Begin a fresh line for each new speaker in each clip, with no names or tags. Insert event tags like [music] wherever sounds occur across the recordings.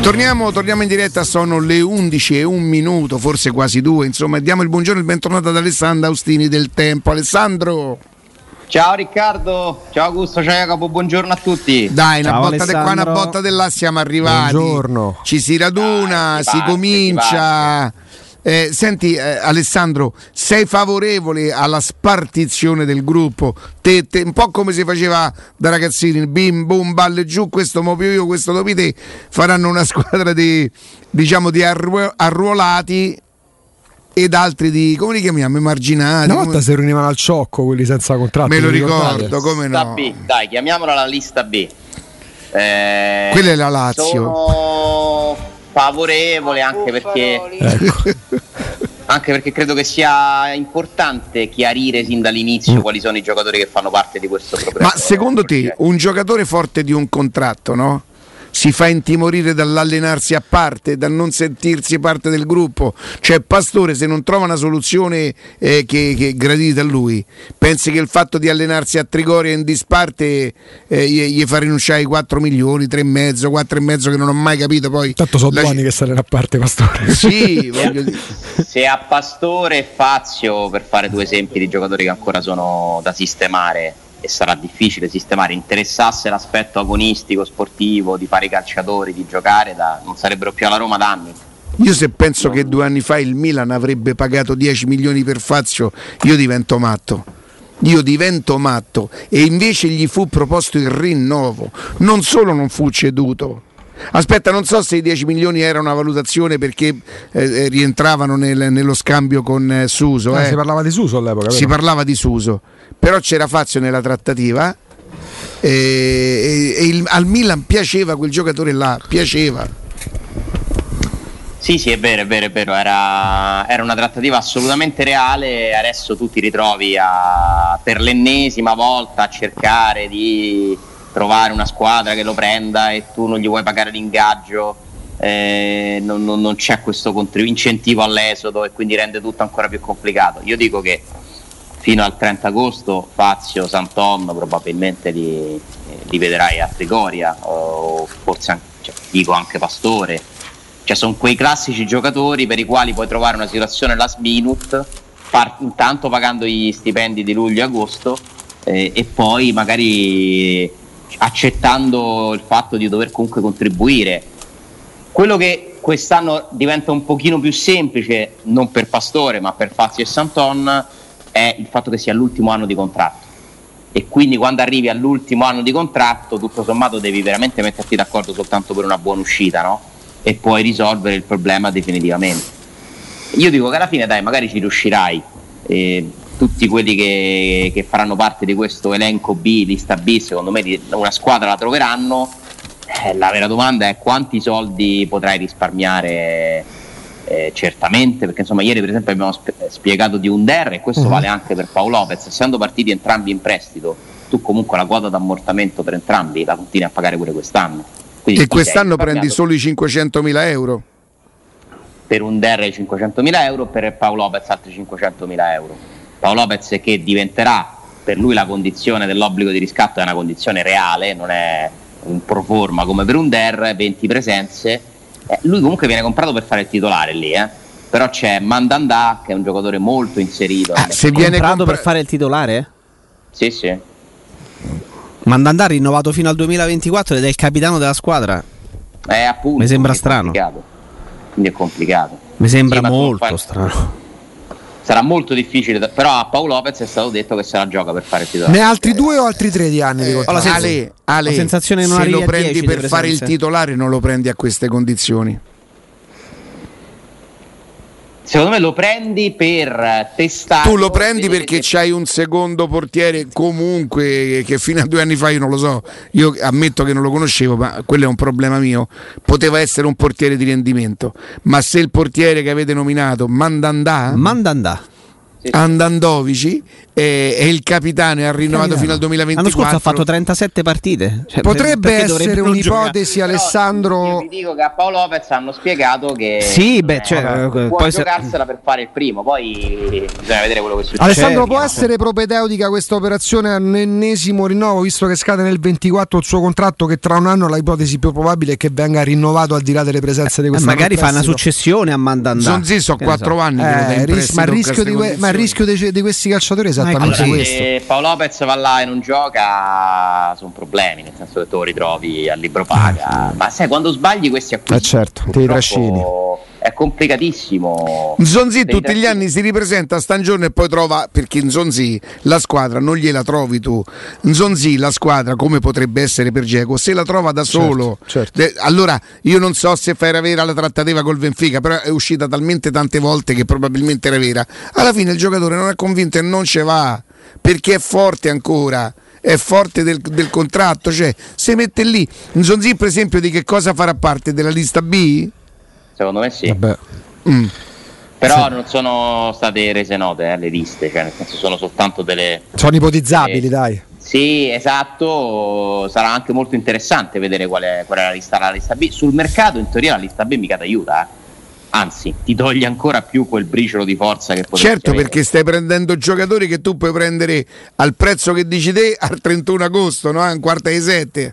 Torniamo, torniamo in diretta, sono le 11 e un minuto, forse quasi due, insomma, diamo il buongiorno e il bentornato ad Alessandro Austini del Tempo. Alessandro!
Ciao Riccardo, ciao Augusto, ciao Jacopo, buongiorno a tutti.
Dai, una
Ciao,
botta di qua, una
Alessandro.
botta di là, siamo arrivati.
Buongiorno.
Ci si raduna,
Dai, si
si
parte,
comincia. Eh, senti eh, Alessandro, sei favorevole alla spartizione del gruppo? Te- te- un po' come si faceva da ragazzini, il bim bum balle giù, questo mo più io, questo dopo te, faranno una [laughs] squadra di diciamo di arruo- arruolati ed altri di come li chiamiamo? Emarginati.
Una
come-
volta si riunivano al ciocco quelli senza contratto.
Me lo
vi ricordate?
ricordo, come
Lista
no.
B, dai, chiamiamola la lista B. Eh,
Quella è la Lazio.
Sono favorevole anche perché,
Ecco,
anche perché credo che sia importante chiarire sin dall'inizio quali sono i giocatori che fanno parte di questo programma.
Mm. Ma secondo te un giocatore forte di un contratto, no? Si fa intimorire dall'allenarsi a parte, dal non sentirsi parte del gruppo. Cioè, Pastore, se non trova una soluzione eh, che, che gradita a lui, pensi che il fatto di allenarsi a Trigoria in disparte eh, gli, gli fa rinunciare ai 4 milioni, 3,5, 4,5 che non ho mai capito poi.
Tanto sono
[laughs] La-
buoni che stanno a parte,
[laughs]
Pastore. [laughs]
Sì, voglio dire.
[laughs] Se a Pastore e Fazio, per fare due esempi di giocatori che ancora sono da sistemare e sarà difficile sistemare, interessasse l'aspetto agonistico, sportivo, di fare i calciatori, di giocare, da- non sarebbero più alla Roma da anni.
Io se penso che due anni fa il Milan avrebbe pagato 10 milioni per Fazio, io divento matto. Io divento matto e invece gli fu proposto il rinnovo. Non solo non fu ceduto. Aspetta, non so se i 10 milioni era una valutazione perché eh, eh, rientravano nel- nello scambio con eh, Suso.
Ah,
eh.
Si parlava di Suso all'epoca.
Si
vero?
parlava di Suso, però c'era Fazio nella trattativa e, e- e il- al Milan piaceva quel giocatore là, piaceva.
Sì, sì, è vero, è vero, è vero, era, era una trattativa assolutamente reale, adesso tu ti ritrovi a, per l'ennesima volta a cercare di trovare una squadra che lo prenda e tu non gli vuoi pagare l'ingaggio, eh, non, non- non c'è questo contri- incentivo all'esodo e quindi rende tutto ancora più complicato. Io dico che fino al 30 agosto Fazio, Santon probabilmente li, li vedrai a Trigoria o forse anche, cioè, dico anche Pastore cioè sono quei classici giocatori per i quali puoi trovare una situazione last minute par- intanto pagando gli stipendi di luglio e agosto eh, e poi magari accettando il fatto di dover comunque contribuire quello che quest'anno diventa un pochino più semplice non per Pastore ma per Fazio e Santon è il fatto che sia l'ultimo anno di contratto e quindi quando arrivi all'ultimo anno di contratto tutto sommato devi veramente metterti d'accordo soltanto per una buona uscita no? e puoi risolvere il problema definitivamente io dico che alla fine dai magari ci riuscirai Eh, tutti quelli che, che faranno parte di questo elenco B, lista B secondo me di- una squadra la troveranno Eh, la vera domanda è quanti soldi potrai risparmiare eh, certamente perché insomma ieri per esempio abbiamo sp- spiegato di Under e questo
Mhm.
vale anche per Paolo Lopez essendo partiti entrambi in prestito tu comunque la quota d'ammortamento per entrambi la continui a pagare pure quest'anno Quindi
E
tu sei
quest'anno prendi
risparmiato
solo i 500.000 euro.
per un DR 500.000 euro, per Paolo Lopez altri 500.000 euro. Paolo Lopez che diventerà per lui la condizione dell'obbligo di riscatto è una condizione reale, non è un pro forma come per un DR, 20 presenze. Eh, lui comunque viene comprato per fare il titolare lì, eh. però c'è Mandanda che è un giocatore molto inserito.
Ah,
nel-
se viene
Comprato
compra-
per fare il titolare?
Sì, Eh, sì.
Mandanda ha rinnovato fino al 2024 ed è il capitano della squadra.
Eh, appunto,
Mi
quindi
sembra
è
strano.
complicato. Quindi è complicato.
Mi sembra
Sì, ma tu
molto
fai-
strano.
Sarà molto difficile, da- però a Paolo Lopez è stato detto che se la gioca per fare il titolare.
Ne ha altri due o altri tre di anni di
Eh,
contratto?
la sensazione-
Ale, Ale,
la sensazione non
se
arrivi
lo
a
prendi
10
per
di
fare il
presenze.
titolare non lo prendi a queste condizioni.
Secondo me lo prendi per eh,
Ah,
testare.
tu lo prendi
vedere
perché
se-
c'hai un secondo portiere comunque che fino a due anni fa io non lo so, io ammetto che non lo conoscevo, ma quello è un problema mio. Poteva essere un portiere di rendimento, ma se
Eh?
il portiere che avete nominato Mandandà
Mandanda.
sì, sì.
Andandovici eh, è il capitano e ha rinnovato
Capitano.
fino al 2024.
L'anno scorso ha fatto 37 partite. Cioè,
Potrebbe
perché dovrebbe
essere
non giocare?
un'ipotesi,
Però, Io
Alessandro.
vi dico che a Paolo Lopez hanno spiegato che
Sì, beh,
eh,
cioè, eh,
può
poi se-
giocarsela per fare il primo, poi bisogna vedere quello che succede.
Alessandro,
Certo.
può essere propedeutica questa operazione all'ennesimo rinnovo, visto che scade nel 24 il suo contratto, che tra un anno la ipotesi più probabile è che venga rinnovato al di là delle presenze di
Eh,
questa
magari fa una successione a Mandandà.
Zonzi so
Che ne so.
4 anni che lo dai in
Eh, ris-
prestito
ma, il
con
rischio
queste
di que- ma il
condizioni.
rischio dei- di, questi calciatori è esattamente
Allora,
Ecco,
questo.
se Paolo Lopez va là e non gioca, sono problemi, nel senso che te lo ritrovi a libro paga. Ma sai, quando sbagli questi acquisti,
Eh, certo, te li
purtroppo
trascini.
È complicatissimo.
Zonzi
Dei
tutti gli
tre-
anni si ripresenta a Stangiorno e poi trova perché Zonzi la squadra non gliela trovi tu. Zonzi la squadra come potrebbe essere per Geco se la trova da solo.
certo.
Eh, Allora io non so se era vera la trattativa col Benfica, però è uscita talmente tante volte che probabilmente era vera. Alla fine il giocatore non è convinto e non ce va perché è forte ancora. È forte del, del contratto, cioè se mette lì Zonzi, per esempio, di che cosa farà parte della lista B?
Secondo me sì.
Vabbè.
Mm.
Però non sono state rese note eh, le liste, cioè nel senso sono soltanto delle.
Sono ipotizzabili,
Eh.
dai.
Sì, esatto. Sarà anche molto interessante vedere qual è, qual è la lista A, la lista B. Sul mercato, in teoria, la lista B mica ti aiuta, eh. Anzi, ti toglie ancora più quel briciolo di forza che potresti
Certo,
avere.
perché stai prendendo giocatori che tu puoi prendere al prezzo che dici te al 31 agosto, no? A un quarta di sette.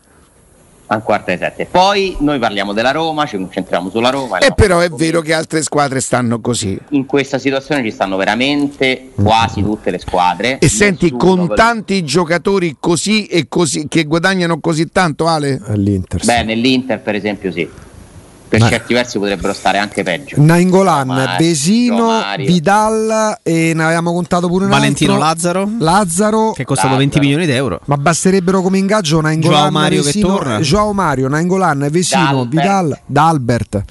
a un quarto di sette. Poi noi parliamo della Roma, ci concentriamo sulla Roma.
E
No,
Eh, però è vero che altre squadre stanno così.
in questa situazione ci stanno veramente quasi tutte le squadre.
Mm. E senti,
Nessuno
con
per-
tanti giocatori così e così che guadagnano così tanto, Ale?
All'Inter.
Beh, nell'Inter per esempio sì. Per
Ma-
certi versi potrebbero stare anche peggio.
Nainggolan,
Mario,
Besino,
Mario.
Vidal e ne avevamo contato pure un
Valentino
altro.
Lazzaro,
Lazzaro.
che è costato
Lazzaro.
20 milioni di euro.
Ma basterebbero come ingaggio Nainggolan,
Joao Mario che
Vesino-
torna.
Joao Mario, Nainggolan, Vesino,
D'Albert.
Vidal, D'Albert.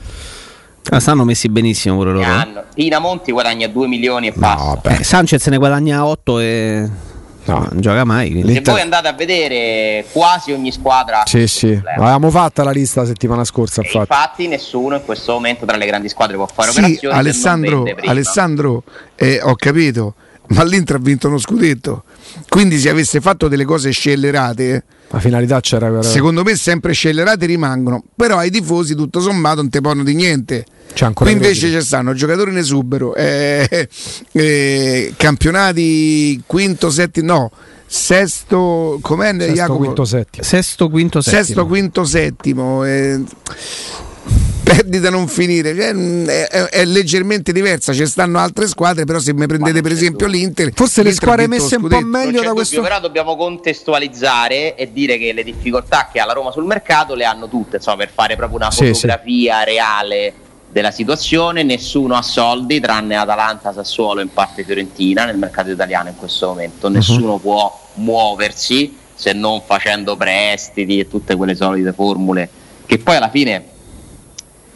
Ah, stanno messi benissimo pure loro. eh.
Hanno- Pina Monti guadagna 2 milioni e passa.
Eh, Sanchez ne guadagna 8 e non gioca mai. quindi.
Se
l'Inter-
voi andate a vedere quasi ogni squadra...
Ah,
ha
Sì,
questo
sì.
problema.
Avevamo fatta la lista la settimana scorsa,
E
infatti.
infatti nessuno in questo momento tra le grandi squadre può fare
Sì,
operazioni. se non
Alessandro,
vende prima.
Alessandro eh, ho capito, ma l'Inter ha vinto uno scudetto. Quindi se avesse fatto delle cose scellerate,
La finalità c'era per...
secondo me sempre scellerate rimangono, però ai tifosi tutto sommato non te porno di niente.
C'è ancora
Qui invece
credito.
ci stanno giocatori in esubero, eh, eh, campionati quinto, settimo, no, sesto, com'è
Sesto,
Jacopo?
quinto, settimo.
Sesto, quinto, settimo.
sesto, quinto, settimo. eh, perdita non finire, cioè, mh, è, è- è leggermente diversa, ci stanno altre squadre, però se mi prendete per esempio l'Inter...
Forse le
l'Inter ha
squadre
vinto lo
messe un po'
scudetto.
Non
meglio
c'è
da
dubbio,
questo.
Però dobbiamo contestualizzare e dire che le difficoltà che ha la Roma sul mercato le hanno tutte, insomma, per fare proprio una
Sì, sì.
fotografia reale della situazione, nessuno ha soldi tranne Atalanta, Sassuolo e in parte Fiorentina nel mercato italiano in questo momento,
Mhm.
nessuno può muoversi se non facendo prestiti e tutte quelle solite formule che poi alla fine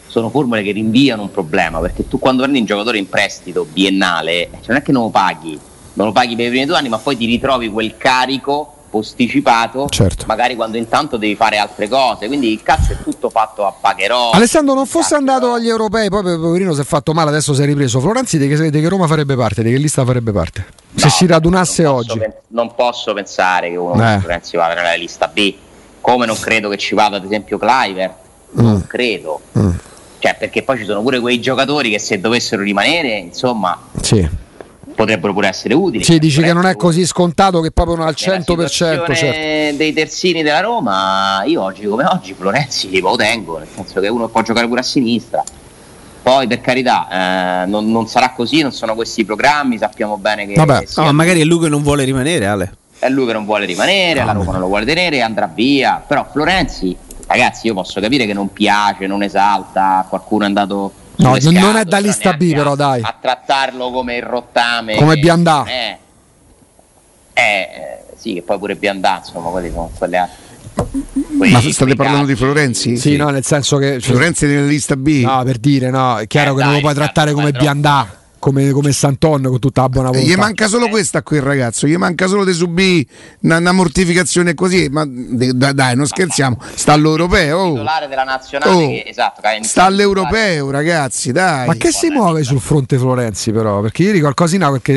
sono formule che rinviano un problema perché tu quando prendi un giocatore in prestito biennale cioè non è che non lo paghi non lo paghi per i primi due anni ma poi ti ritrovi quel carico posticipato
Certo.
magari quando intanto devi fare altre cose quindi il calcio è tutto fatto a pagherò
Alessandro non fosse
Esatto.
andato agli europei, poi per poverino si è fatto male, adesso si è ripreso. Florenzi di che, di che Roma farebbe parte, di che lista farebbe parte? Se
No,
si radunasse
non posso
oggi.
pen- non posso pensare che uno
Eh.
come Florenzi vada nella lista B come non credo che ci vada ad esempio Cliver
Mm.
non credo
Mm,
cioè perché poi ci sono pure quei giocatori che se dovessero rimanere insomma
Sì.
potrebbero pure essere utili
Sì, dici che non è
Potrebbero-
così scontato che proprio non al
Nella
100%, certo.
situazione dei terzini della Roma io oggi come oggi Florenzi lo tengo nel senso che uno può giocare pure a sinistra poi per carità eh, non, non sarà così non sono questi i programmi sappiamo bene che
Vabbè,
sia-
No, ma magari è lui che non vuole rimanere, Ale.
è lui che non vuole rimanere la Roma non lo vuole tenere andrà via però Florenzi ragazzi io posso capire che non piace non esalta qualcuno è andato
No,
sulle
non è da
scatole,
lista B,
neanche
però,
a-
dai.
a trattarlo come il rottame
Come
che
Biandà.
non è. eh, eh, sì che poi pure Biandà insomma quelli sono quelle altre
Ma state parlando di Florenzi?
Sì, no, nel senso che...
Florenzi nella lista B?
No, per dire, no, è chiaro
Eh,
che non
dai, certo,
lo puoi
Riccardo,
trattare come
vai, troppo.
Biandà. come, come Santon con tutta la buona volontà.
Eh, Gli manca solo
Eh.
questa a quel ragazzo, gli manca solo di subire una, una mortificazione così, ma de- da- dai, non scherziamo, sta all'europeo.
Il
oh.
titolare della nazionale
Oh.
che, esatto, che ha iniziato
Sta
a
all'europeo, ragazzi, dai.
Ma che si muove sul fronte Florenzi però? Perché ieri qualcosina, perché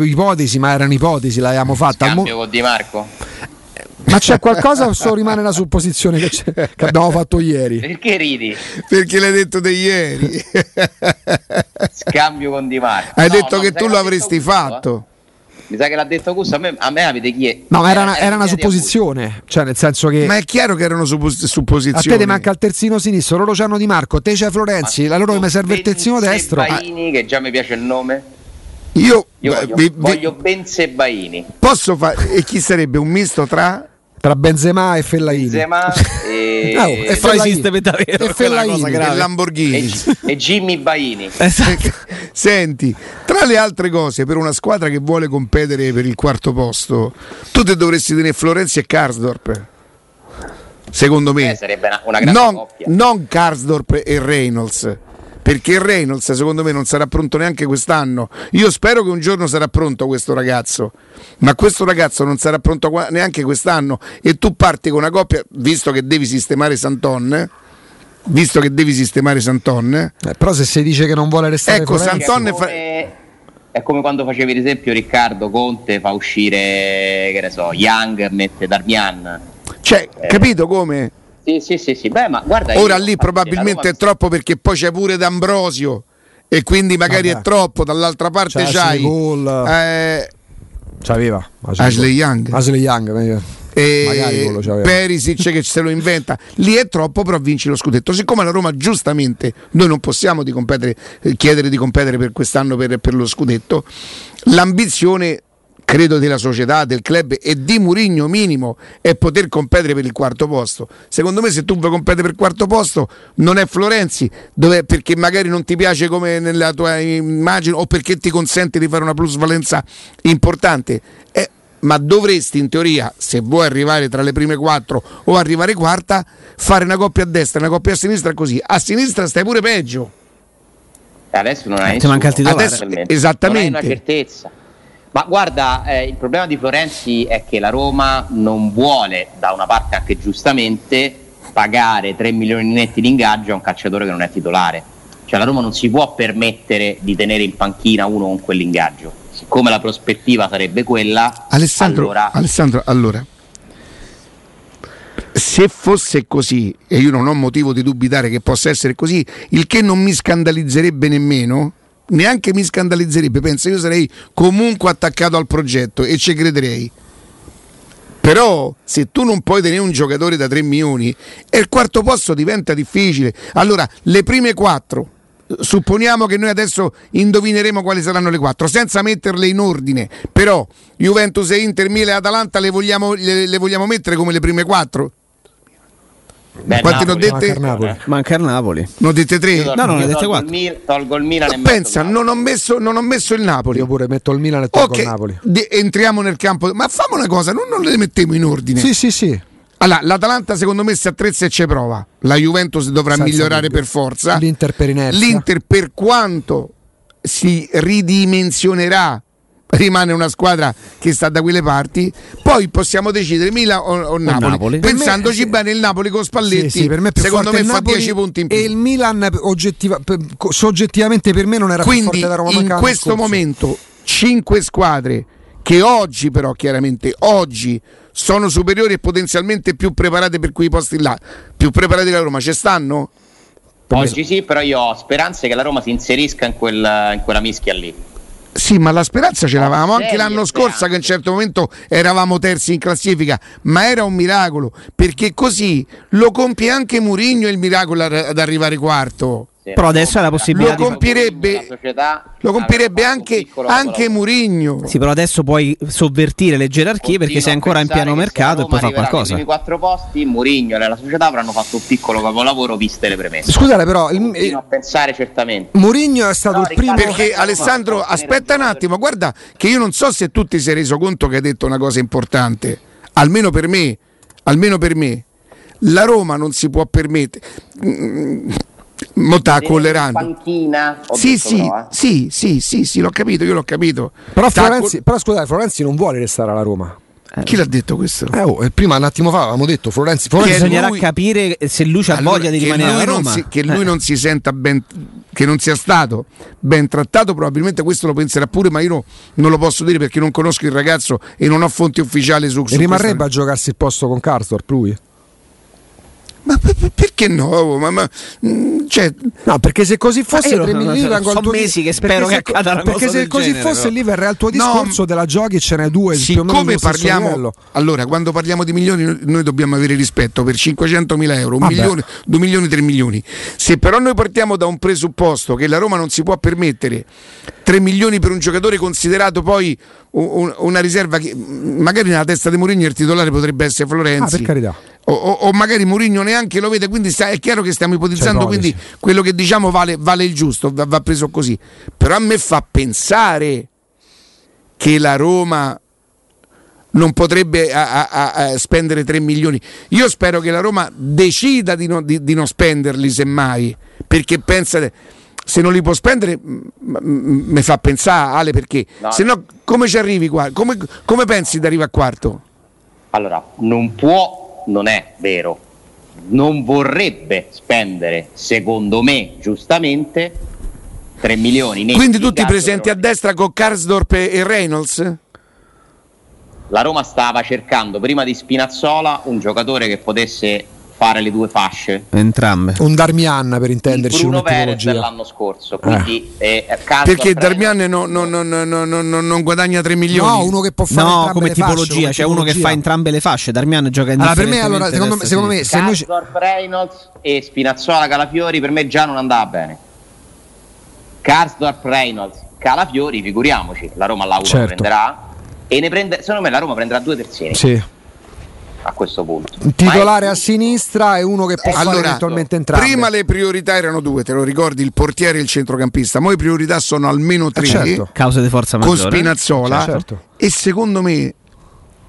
ipotesi, ma erano ipotesi, l'avevamo fatta. Al mo-
Cambio con Di Marco.
ma c'è qualcosa o solo rimane la supposizione che, c'è- che abbiamo fatto ieri?
Perché ridi?
Perché l'hai detto di
[laughs]
ieri?
Scambio con Di Marco.
Hai
No,
detto
no,
che
mi sa
tu
l'ha
lo avresti
detto Augusto,
fatto.
eh. Mi sa che l'ha detto Augusto, a me, a me avete chiesto. Eh,
No, ma era una, era una
l'idea di
supposizione, cioè nel senso che...
Ma è chiaro che erano suppos-
A te
supposizioni.
ti manca il terzino sinistro, loro c'hanno Di Marco, te c'è Florenzi,
eh, Augusto.
allora mi serve il terzino
Benze
destro. Ah,
Baini, che già mi piace il nome.
Io,
Io
beh,
voglio,
vi- vi-
voglio Ben Sebaini,
posso fare. E chi sarebbe un misto tra.
tra Benzema e Fellaini.
Zema
[laughs] Oh,
e,
e
Però
Fellaini.
esiste per davvero.
E
quella
Fellaini.
cosa
e
grave.
Lamborghini.
e G- e Jimmy Baini.
Esatto.
[laughs] Senti, tra le altre cose, per una squadra che vuole competere per il quarto posto, tu te dovresti tenere Florenzi e Karsdorp. Secondo me,
Eh, sarebbe una, una grande
non,
coppia.
non Karsdorp e Reynolds. Perché il Reynolds, secondo me, non sarà pronto neanche quest'anno. Io spero che un giorno sarà pronto questo ragazzo, ma questo ragazzo non sarà pronto qua- neanche quest'anno. E tu parti con una coppia, visto che devi sistemare Santon, visto che devi sistemare Santon,
Eh, però se si dice che non vuole restare
Ecco,
Florenzi-
Che è
Antonio fa-
come- È come quando facevi ad esempio Riccardo Conte fa uscire, che ne so, Young, mette Darmian.
cioè,
Eh.
capito come?
Sì, sì, sì, sì. Beh, ma guarda,
Ora
io-
lì
infatti, la
probabilmente
Roma
è troppo perché poi c'è pure D'Ambrosio e quindi magari
Vabbè.
è troppo, dall'altra parte
C'è
c'hai
Ashley Cole.
eh,
C'aveva Ashley
Ashley
Cole.
Young.
Ashley Young, meglio. Magari
e
quello c'aveva.
Perisic che se lo inventa. Lì è troppo però vinci lo scudetto. Siccome la Roma giustamente noi non possiamo di competere- eh, chiedere di competere per quest'anno per, per lo scudetto, l'ambizione credo della società, del club e di Murigno minimo è poter competere per il quarto posto. Secondo me se tu vuoi competere per il quarto posto non è Florenzi, dove- perché magari non ti piace come nella tua immagine o perché ti consente di fare una plusvalenza importante. Eh, ma dovresti in teoria, se vuoi arrivare tra le prime quattro o arrivare quarta, fare una coppia a destra, una coppia a sinistra così. A sinistra stai pure peggio.
Adesso non hai
Ti manca il titolare.
Adesso-
Probabilmente.
esattamente.
Non hai una certezza. Ma guarda, eh, il problema di Florenzi è che la Roma non vuole, da una parte anche giustamente, pagare 3 milioni netti di ingaggio a un calciatore che non è titolare. Cioè la Roma non si può permettere di tenere in panchina uno con quell'ingaggio. Siccome la prospettiva sarebbe quella,
Alessandro,
allora
Alessandro, allora, se fosse così, e io non ho motivo di dubitare che possa essere così, il che non mi scandalizzerebbe nemmeno, neanche mi scandalizzerebbe, penso io sarei comunque attaccato al progetto e ci crederei. Però se tu non puoi tenere un giocatore da 3 milioni e il quarto posto diventa difficile. Allora, le prime 4, supponiamo che noi adesso indovineremo quali saranno le 4, senza metterle in ordine, però Juventus e Inter, Milan e Atalanta le vogliamo, le- le vogliamo mettere come le prime 4?
beh,
quanti ne ho
Napoli-
dette?
Manca il Napoli.
Manca il Napoli.
Non dite 3?
Io
No, no, ne
tolgo
ho dette
il
quattro.
Mil- Tolgo il Milan e metto
Pensa,
il
non ho, messo, non ho messo il Napoli.
Io pure metto il Milan e tolgo
Ok,
il Napoli.
di- entriamo nel campo, ma fammo una cosa, non, non le mettiamo in ordine.
Sì, sì, sì.
Allora, l'Atalanta secondo me si attrezza e ci prova. La Juventus dovrà
Senza
migliorare
dubbio.
per forza.
L'Inter per inerzia.
L'Inter per quanto si ridimensionerà rimane una squadra che sta da quelle parti. Poi possiamo decidere Milan o, o Napoli.
Napoli.
Pensandoci
Per me-
bene il Napoli con Spalletti.
Sì, sì, per me è più
secondo
forte
me
il
fa
Napoli
10 punti in più.
E il Milan oggettiva- per- co- soggettivamente per me non era più
Quindi
forte della Roma manca
in
l'anno
questo
scorso.
momento 5 squadre che oggi però chiaramente oggi sono superiori e potenzialmente più preparate per quei posti là, più preparate della Roma, ci stanno?
Oggi sì, però io ho speranze che la Roma si inserisca in, quel- in quella mischia lì.
Sì, ma la speranza ce l'avevamo anche
serie
l'anno
speranze.
scorso che a un certo momento eravamo terzi in classifica, ma era un miracolo, perché così lo compie anche Murigno il miracolo ar- ad arrivare quarto.
Sì,
Però adesso è la possibilità
Lo di- compierebbe-
la società
Lo compierebbe
aveva fatto un
anche,
piccolo
anche
lavoro.
Murigno.
Sì, però adesso puoi sovvertire le gerarchie
Continuo
perché sei
a
ancora in
pensare
piano
che se la
mercato e
Roma
puoi fare
arriverà
qualcosa.
nei primi quattro posti, Mourinho e la società avranno fatto un piccolo capolavoro viste le premesse.
Scusate però, il,
Continuo a
eh,
pensare certamente.
Mourinho è stato
No,
il primo
Riccardo,
Perché Alessandro, aspetta un attimo, guarda che io non so se tu ti sei reso conto che hai detto una cosa importante, almeno per me, almeno per me. La Roma non si può permettere. Mm, Motta colleranno.
panchina. Ho
Sì
detto
sì,
però, eh.
sì, sì, sì, sì, l'ho capito, io l'ho capito.
Però,
Sta
Florenzi, però scusate, Florenzi non vuole restare alla Roma.
col- Chi l'ha detto questo?
Eh, oh, e prima un attimo fa avevamo detto Florenzi,
Che
Florenzi
lui-
Bisognerà capire se lui
Allora,
ha Cioè, voglia di
che
rimanere
lui
a
non
Roma. Eh.
si- che lui non si senta ben che non sia stato ben trattato probabilmente questo lo penserà pure ma io no- non lo posso dire perché non conosco il ragazzo e non ho fonti ufficiali su, su
rimarrebbe
questa-
a giocarsi il posto con Karsdorp lui?
ma per- per- perché no ma, ma- mh, cioè,
No, perché se così fosse
io lo-
tre milioni
sono
vengo al tuo-
mesi che
perché
spero
se-
che accada una
Perché
cosa
se
del
così
genere,
fosse
però.
lì verrei al tuo discorso della giochi e ce n'è due più o meno
siccome
dello stesso
parliamo
livello.
allora quando parliamo di milioni noi- noi dobbiamo avere rispetto per 500.000 euro 1
Vabbè.
milione 2 milioni 3 milioni se però noi partiamo da un presupposto che la Roma non si può permettere 3 milioni per un giocatore considerato poi un- un- una riserva che mh, magari nella testa di Mourinho il titolare potrebbe essere
Ah,
Florenzi
per carità.
o, o- o magari Mourinho neanche lo vede, quindi sta- è chiaro che stiamo ipotizzando,
Cioè, no,
quindi
dici.
quello che diciamo vale, vale il giusto, va, va preso così. Però a me fa pensare che la Roma non potrebbe a- a- a- a spendere 3 milioni. Io spero che la Roma decida di, non- di- di non spenderli semmai, perché pensa... Se non li può spendere, m- m- m- mi fa pensare Ale perché
No.
se no come ci arrivi qua? Come, come pensi di arrivare a quarto?
Allora, non può, non è vero, non vorrebbe spendere, secondo me, giustamente, 3 milioni. netti
Quindi
di
tutti
cazzo
presenti a
per Roma.
destra con Karsdorp e e Reynolds?
La Roma stava cercando prima di Spinazzola un giocatore che potesse fare le due fasce.
Entrambe.
Un Darmian per intenderci
Bruno
come
Perez
tipologia.
dell'anno scorso. Quindi,
Ah.
eh, Carlo
Perché
Afrena-
Darmian no- no- no- no- no- no- no- non guadagna 3 milioni.
No, uno che può fare
No,
entrambe
come
le fasce,
tipologia,
come
c'è uno che
tipologia.
fa entrambe le fasce. Darmian gioca in
Allora, per me, allora, secondo me, secondo me se noi ci-
Karsdorp, Reynolds e Spinazzola Calafiori per me già non andava bene. Karsdorp Reynolds, Calafiori, figuriamoci, la Roma l'Auro
Certo.
prenderà e ne prende, secondo me la Roma prenderà due terzini
Sì.
a questo punto.
Un titolare a sinistra e uno che può fare
Allora,
eventualmente entrambe.
Prima le priorità erano due, te lo ricordi, il portiere e il centrocampista. Mo' le priorità sono almeno tre
Eh, certo.
Causa di forza
con
maggiore.
Spinazzola.
Certo.
E secondo me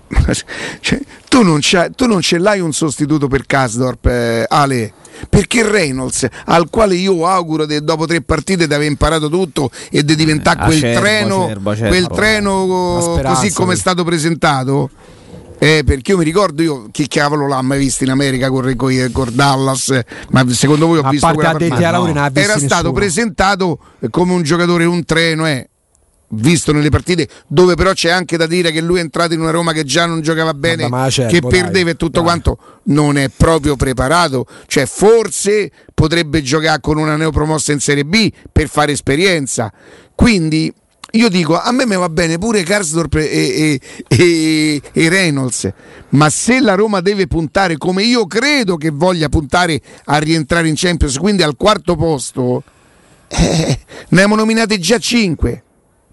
[laughs] cioè, tu, non c'hai- tu non ce l'hai un sostituto per Kasdorp, eh, Ale. Perché Reynolds, al quale io auguro de- dopo tre partite di aver imparato tutto e di diventare
Eh,
quel
acerbo,
treno,
acerbo, acerbo.
quel treno,
La speranza,
così come è
sì.
stato presentato, eh, perché io mi ricordo io chi cavolo l'ha mai visto in America con, con, con Dallas, eh, ma secondo voi ho
a
visto
parte
quella
addetti
partita?
alla laurea,
no.
non ha visto
era stato
nessuno.
presentato eh, come un giocatore, un treno, eh. visto nelle partite dove però c'è anche da dire che lui è entrato in una Roma che già non giocava bene,
ma Acerbo,
che
dai,
perdeva e tutto
dai.
quanto, non è proprio preparato, cioè forse potrebbe giocare con una neopromossa in Serie B per fare esperienza. Quindi io dico, a me mi va bene pure Karsdorp e, e- e- e Reynolds, ma se la Roma deve puntare come io credo che voglia puntare a rientrare in Champions, quindi al quarto posto, eh, ne abbiamo nominate già 5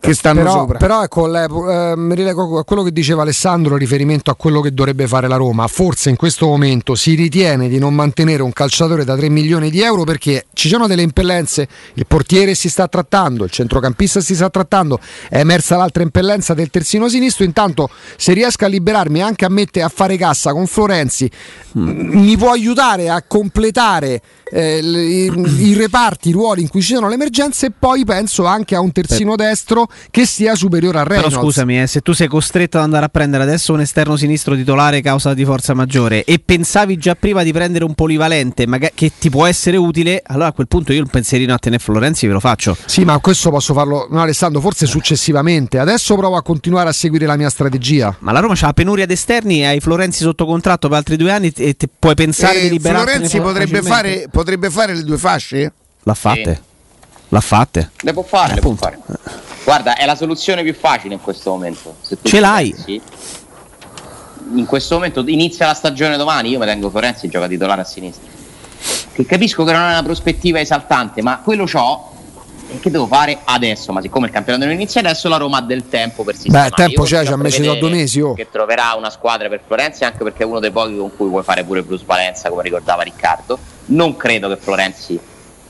che stanno
Però,
sopra.
però ecco, le- eh, mi rilego a quello che diceva Alessandro in riferimento a quello che dovrebbe fare la Roma. Forse in questo momento si ritiene di non mantenere un calciatore da 3 milioni di euro perché ci sono delle impellenze, il portiere si sta trattando, il centrocampista si sta trattando, è emersa l'altra impellenza del terzino sinistro, intanto se riesco a liberarmi anche a, mette- a fare cassa con Florenzi, m- Mm. mi può aiutare a completare eh, l- i, i reparti, i ruoli in cui ci sono le emergenze e poi penso anche a un terzino destro che sia superiore a
Però
Reynolds.
scusami, eh, se tu sei costretto ad andare a prendere adesso un esterno sinistro titolare causa di forza maggiore e pensavi già prima di prendere un polivalente maga- che ti può essere utile, allora a quel punto io il pensierino a tenere Florenzi ve lo faccio.
Sì, ma questo posso farlo, no, Alessandro, forse successivamente. Adesso provo a continuare a seguire la mia strategia.
Ma la Roma c'ha la penuria di esterni e hai Florenzi sotto contratto per altri due anni e te puoi pensare
Eh,
di liberarti.
Florenzi potrebbe fare, potrebbe fare le due fasce?
L'ha fatte. L'ha fatte.
Le può fare, le può
Appunto.
fare. Guarda, è la soluzione più facile in questo momento. Se tu
Ce
ci
l'hai.
pensi. in questo momento inizia la stagione domani, io mi tengo Florenzi e gioca titolare a sinistra. Che capisco che non è una prospettiva esaltante, ma quello c'ho e che devo fare adesso, ma siccome il campionato non inizia adesso la Roma ha del tempo per sistemare.
tempo
Io
c'è,
voglio
ci ha messo
prevedere
due mesi, oh.
Che troverà una squadra per Florenzi anche perché è uno dei pochi con cui puoi fare pure plusvalenza, come ricordava Riccardo. Non credo che Florenzi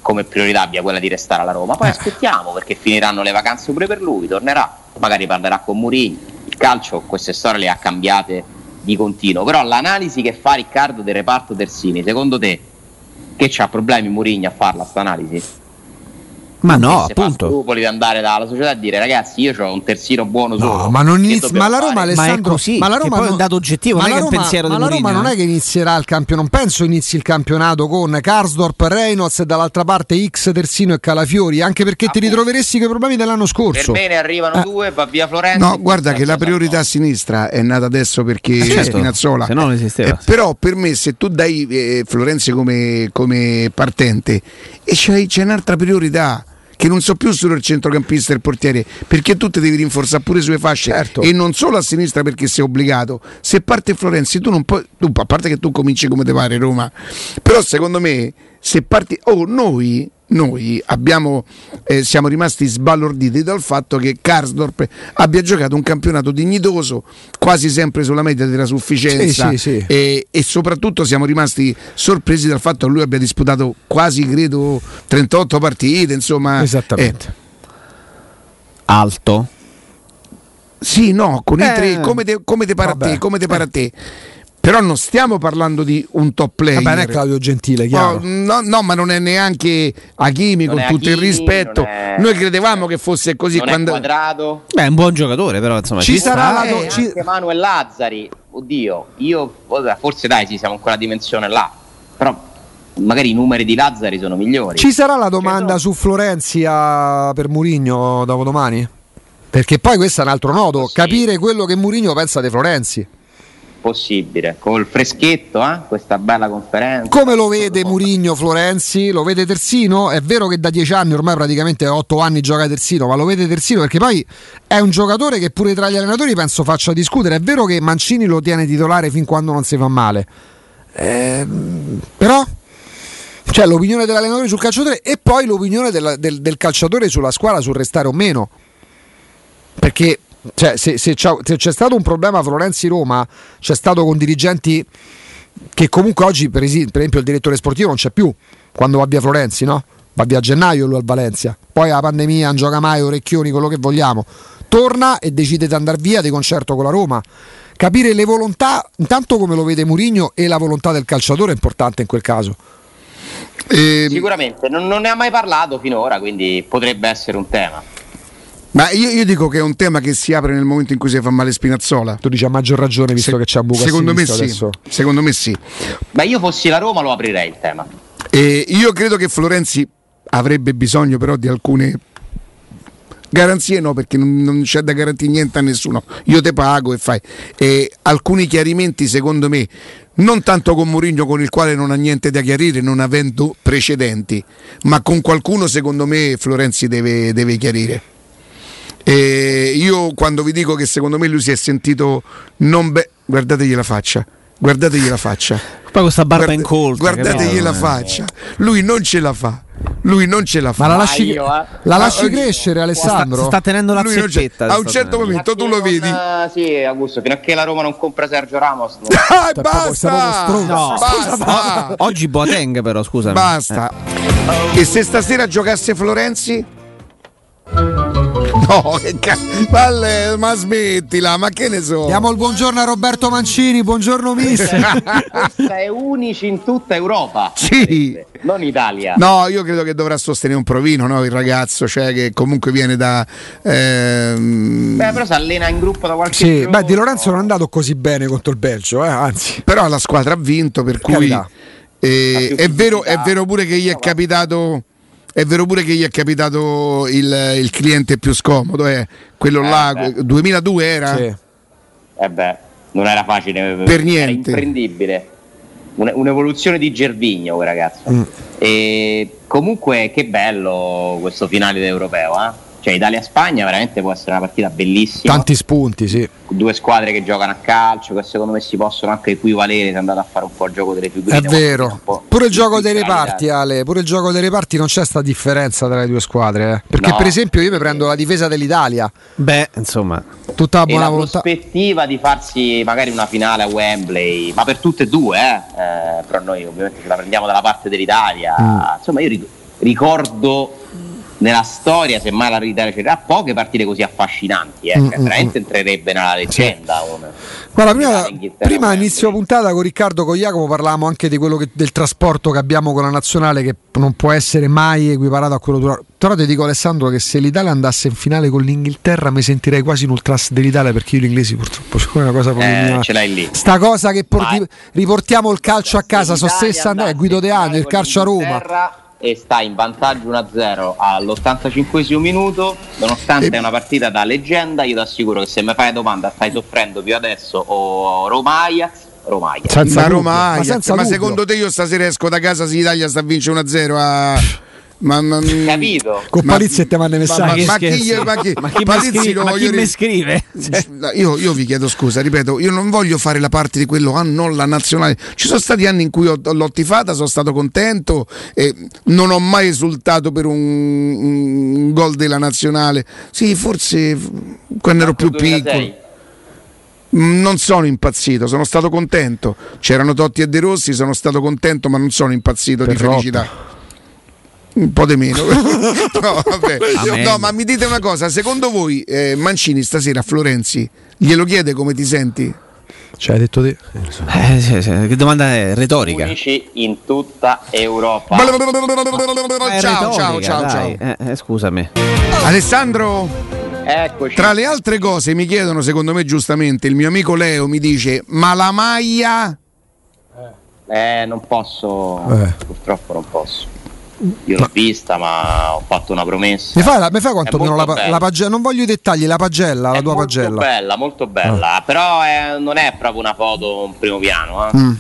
come priorità abbia quella di restare alla Roma. Poi
Eh.
aspettiamo perché finiranno le vacanze pure per lui, tornerà, magari parlerà con Mourinho. Il calcio queste storie le ha cambiate di continuo, però l'analisi che fa Riccardo del reparto terzini, secondo te che c'ha problemi Murigna a farla sta analisi.
Ma no,
Se fa
appunto.
scrupoli di andare dalla società e dire ragazzi io ho un terzino buono
No,
solo.
ma, non
che
iniz-
dobbiamo
ma la Roma,
fare?"
Ma è
Alessandro,
così,
ma la
che
Roma
poi è un
non-
dato oggettivo,
ma
non è
la
che è un
Roma-
pensiero di
ma la Roma
Mourinho,
non è che inizierà il campionato, non penso inizi il campionato con Karsdorp, Reynolds e dall'altra parte X, Tersino e Calafiori, anche perché ti
Appunto.
ritroveresti con i problemi dell'anno
Per
scorso.
bene arrivano
Eh.
due, va via
Eh,
Florenzi.
No, guarda che la priorità a
No.
sinistra è nata adesso perché
Eh, certo,
Spinazzola.
se no non esisteva.
Eh, però per me se tu dai eh, Florenzi come, come partente e c'hai- c'è un'altra priorità che non so più solo il centrocampista e il portiere, perché tu ti devi rinforzare pure sulle fasce
Certo.
e non solo a sinistra perché sei obbligato. Se parte Florenzi tu non puoi, tu, a parte che tu cominci come te pare Roma, però secondo me se parti, oh noi, noi abbiamo, eh, siamo rimasti sbalorditi dal fatto che Karsdorp abbia giocato un campionato dignitoso, quasi sempre sulla media della sufficienza
Sì, sì, sì.
e, e soprattutto siamo rimasti sorpresi dal fatto che lui abbia disputato quasi credo 38 partite insomma
Esattamente.
Eh,
Alto.
sì no con i
Eh.
tre come te, come te pare a
Vabbè. Eh.
te come te pare a te però non stiamo parlando di un top player
Vabbè, non è Claudio Gentile, chiaro.
No, no, no, ma non è neanche Hakimi
Non
con
è
tutto il
Hakimi,
rispetto.
non è-
Noi credevamo che fosse così
non
quando
è quadrato.
Beh, è un buon giocatore, però insomma
Ci sarà
sta.
la
Eh,
do-
anche
ci-
Manuel Lazzari, oddio, io vabbè, forse dai, sì, siamo in quella dimensione là, però magari i numeri di Lazzari sono migliori.
Ci sarà la domanda
Credo.
su Florenzi a- per Murigno dopodomani? Perché poi questo è un altro nodo,
Sì.
capire quello che Murigno pensa di Florenzi.
Possibile, col freschetto, eh, questa bella conferenza.
Come lo vede Murigno Florenzi? Lo vede Terzino? È vero che da dieci anni, ormai praticamente otto anni gioca Terzino, ma lo vede Terzino perché poi è un giocatore che pure tra gli allenatori penso faccia discutere. È vero che Mancini lo tiene titolare fin quando non si fa male. Ehm, però cioè l'opinione dell'allenatore sul calciatore e poi l'opinione della- del, del calciatore sulla squadra, sul restare o meno. Perché cioè, se, se c'ha- se c'è stato un problema a Florenzi-Roma, c'è stato con dirigenti che comunque oggi, per, esi- per esempio, il direttore sportivo non c'è più quando va via Florenzi, no? Va via a gennaio lui al Valencia, poi la pandemia, non gioca mai, orecchioni, quello che vogliamo. Torna e decide di andare via di concerto con la Roma. Capire le volontà, intanto come lo vede Murigno e la volontà del calciatore è importante in quel caso.
Eh,
Sicuramente, non, non ne ha mai parlato finora, quindi potrebbe essere un tema.
ma io, io dico che è un tema che si apre nel momento in cui si fa male Spinazzola.
Tu dici a maggior ragione visto
Se-
che c'è un buco a
secondo me
sinistra
sì,
adesso.
secondo me sì.
Ma io fossi la Roma lo aprirei il tema.
E io credo che Florenzi avrebbe bisogno però di alcune garanzie, no, perché non, non c'è da garantire niente a nessuno. Io te pago e fai. E alcuni chiarimenti, secondo me, non tanto con Mourinho con il quale non ha niente da chiarire, non avendo precedenti, ma con qualcuno, secondo me, Florenzi deve- deve chiarire. E io quando vi dico che secondo me lui si è sentito non bene, guardategli la faccia, guardategli la faccia.
Poi questa barba
Guarda-
incolta.
Guardategli
capito?
la faccia. Lui non ce la fa. Lui non ce la fa.
Ma
[laughs]
la lasci,
io, eh.
la lasci
Ah,
crescere
Sta,
Alessandro?
si sta tenendo la
Lui non ce-
zeppetta.
a
sta
un certo
tenendo.
momento tu lo
Fino a che
vedi.
non- eh, sì, Augusto, fino a che la Roma non compra Sergio Ramos.
[laughs]
non-
Ah,
Sta proprio- sta
basta!
proprio stronzo.
No.
Basta!
Oggi Boateng però, scusami.
Ah. Basta. E se stasera giocasse Florenzi? No, che cazzo. Valle, ma smettila, ma che ne so.
Diamo il buongiorno a Roberto Mancini, buongiorno mister.
[laughs] Questa è unici in tutta Europa.
Sì.
Non Italia.
No, io credo che dovrà sostenere un provino, no? Il ragazzo, cioè che comunque viene da. ehm,
Beh, però si allena in gruppo da qualche
sì,
giorno.
beh, Di Lorenzo non è andato così bene contro il Belgio, eh, anzi.
però la squadra ha vinto, per cui.
carità.
eh,
Ha più
è, vero, è
fisicità.
vero pure che gli è capitato. È vero pure che gli è capitato il, il cliente più scomodo, eh? quello
Eh,
là,
beh.
2002 era?
Sì.
Eh beh, non era facile. eh,
Per
Era
niente.
imprendibile. Un- un'evoluzione di Gervigno, quel ragazzo.
Mm.
E comunque, che bello questo finale d'Europeo, eh? Cioè, Italia-Spagna veramente può essere una partita bellissima.
Tanti spunti, sì.
Due squadre che giocano a calcio, che secondo me si possono anche equivalere se andate a fare un po' il gioco delle figure.
È vero. Pure il gioco eh, dei reparti, Ale, pure il gioco dei reparti non c'è sta differenza tra le due squadre. eh. Perché
No.
per esempio io mi prendo la difesa dell'Italia,
Eh, Beh, insomma.
tutta la
e
buona
la
volontà.
prospettiva di farsi magari una finale a Wembley, ma per tutte e due, eh?
Mm.
Eh, però noi ovviamente ce la prendiamo dalla parte dell'Italia. Insomma, io ric- ricordo nella storia, semmai la Italia c'era poche partite così affascinanti, eh.
Mm,
Cioè,
mm,
veramente entrerebbe nella leggenda. un-
Guarda, prima,
Inghilterra,
prima a
ovviamente.
inizio puntata con Riccardo con Jacopo parlavamo anche di quello che- del trasporto che abbiamo con la nazionale che non può essere mai equiparato a quello tuo. Però ti dico Alessandro che se l'Italia andasse in finale con l'Inghilterra mi sentirei quasi in ultras dell'Italia perché io l'inglese purtroppo c'è una cosa proprio
Eh,
mia.
ce l'hai lì.
Sta cosa che porti-
Ma-
riportiamo il calcio a casa, so
l'Italia
stessa
andasse
eh, Guido De
in
Anni, il
finale
calcio a
con
Roma.
l'Inghilterra E sta in vantaggio 1-0 all'85 minuto, nonostante
E-
è una partita da leggenda, io ti assicuro che se mi fai la domanda stai soffrendo più adesso o Roma Ajax, Roma Ajax.
Senza
ma
dubbio,
Roma
ma
Ajax, ma,
senza dubbio.
secondo te io stasera esco da casa se l'Italia sta a vincere 1-0 a... Ma, ma,
Eh, Capito?
Con
Ma-
Palizzi e te manda i
ma-
messaggi.
ma chi gli-
scherzo.
ma chi-
Ma chi
Palizzi
mi scrive?
lo
Ma
voglio
chi
ri-
mi scrive? Cioè,
Io, io vi chiedo scusa, ripeto, io non voglio fare la parte di quello, ah no, la nazionale. Ci sono stati anni in cui ho- l'ho tifata, sono stato contento e non ho mai esultato per un, un gol della nazionale. Sì, forse quando ero più
2006.
piccolo. Mm, Non sono impazzito, sono stato contento. C'erano Totti e De Rossi, sono stato contento, ma non sono impazzito di
Per Rocco.
felicità. Un po' di meno. [laughs] no, vabbè.
Amen.
No, ma mi dite una cosa, secondo voi eh, Mancini stasera a Florenzi glielo chiede come ti senti?
Cioè, hai detto te.
eh, sì, sì, che domanda è retorica.
Unici in tutta Europa.
Ma è
Ciao, ciao, ciao,
retorica,
ciao.
dai. Eh, eh, scusami.
Alessandro,
Eccoci.
tra le altre cose mi chiedono, secondo me giustamente, il mio amico Leo mi dice, ma la maglia...
Eh, non posso,
Eh.
purtroppo non posso. Io l'ho vista, ma ho fatto una promessa.
Mi fai, la- mi fai quanto
È
meno la,
molto
pa-
bello.
la pagella? Non voglio i dettagli, la pagella, la
È
tua
molto
pagella. Ah.
bella, molto bella, però eh, non è proprio una foto in primo piano. eh.
Mm.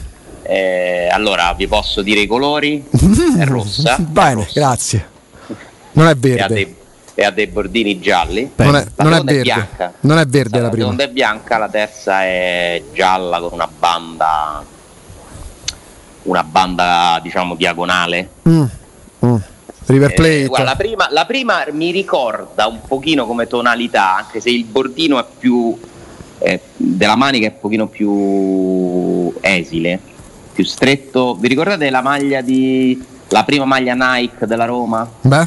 Eh, allora, vi posso dire i colori,
[laughs]
è rossa, è
Bene,
rossa,
grazie. Non è
e, ha
verde.
dei, e ha dei bordini gialli.
Non è,
La
non è
seconda
verde.
bianca.
Non è verde la
La
prima.
seconda è bianca, la terza è gialla con una banda, una banda diciamo diagonale.
Mm, mm. River
Eh,
Plate.
guarda, la, prima, la prima mi ricorda un pochino come tonalità, anche se il bordino è più eh, della manica è un pochino più esile, più stretto. Vi ricordate la maglia di la prima maglia Nike della Roma?
Beh,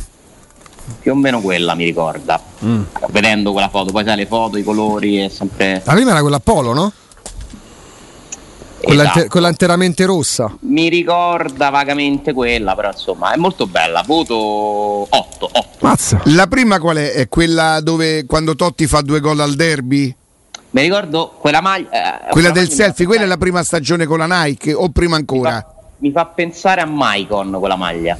Più o meno quella mi ricorda.
Mm.
Vedendo quella foto, poi sai le foto, i colori è sempre
la prima era quella a polo, no? Quella,
Esatto.
inte- quella interamente rossa.
Mi ricorda vagamente quella, però insomma, è molto bella. Voto 8, 8.
Mazza.
La prima qual è? È quella dove quando Totti fa due gol al derby?
Mi ricordo quella maglia. eh,
Quella del
maglia-
selfie, quella è la prima stagione con la Nike o prima
Mi fa-
ancora?
Mi fa pensare a Maicon quella maglia.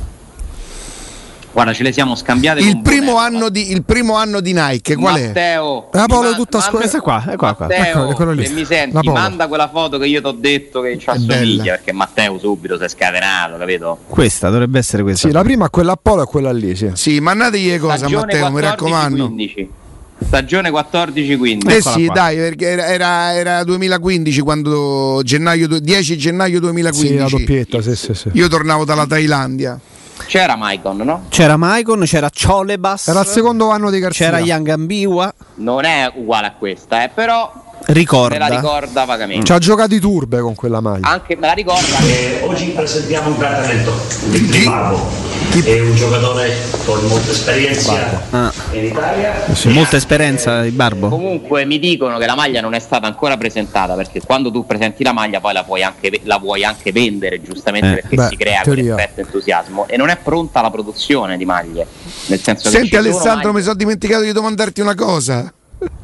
Guarda, ce le siamo scambiate.
Il
con
primo,
Bonella.
anno di, il primo anno di Nike, qual è?
Matteo,
Ah, Paolo,
ma-
tutta
ma-
squadra-
Questa qua, eccola qua.
Matteo,
Eccola, eccola lì.
se mi senti,
La Paolo.
manda quella foto che io ti ho detto che ci
È bella.
assomiglia. Perché Matteo subito si è scatenato, capito?
Questa dovrebbe essere questa.
Sì, la prima è quella a polo e quella lì, sì.
Sì, mandategli cosa
Stagione
Matteo, mi
14-15.
raccomando.
Stagione 14-15.
Eh
Eccola
sì,
qua.
dai, perché era, era- era 2015 quando gennaio du- 10 gennaio
Sì, la
2015.
doppietta, sì, sì, sì.
Io tornavo dalla Thailandia.
C'era Maicon, no?
C'era Maicon, c'era Cholebas.
Era il secondo anno di Garzia.
C'era Yangambiwa.
Non è uguale a questa, eh, però me la
Ricorda.
ricorda vagamente.
Ci ha giocato i turbe con quella maglia.
Anche me la ricorda
Eh, oggi presentiamo un gran talento, il
Chi?
Tribago. È un giocatore con molta esperienza
Ah.
in Italia.
Sì, Molta esperienza di Barbo.
Comunque mi dicono che la maglia non è stata ancora presentata perché quando tu presenti la maglia poi la puoi anche, la vuoi anche vendere giustamente
Eh,
perché
beh,
si crea
in teoria.
quell'effetto entusiasmo e non è pronta la produzione di maglie. Nel senso che
Senti
ci sono
Alessandro, mi
maglie-
sono dimenticato di domandarti una cosa.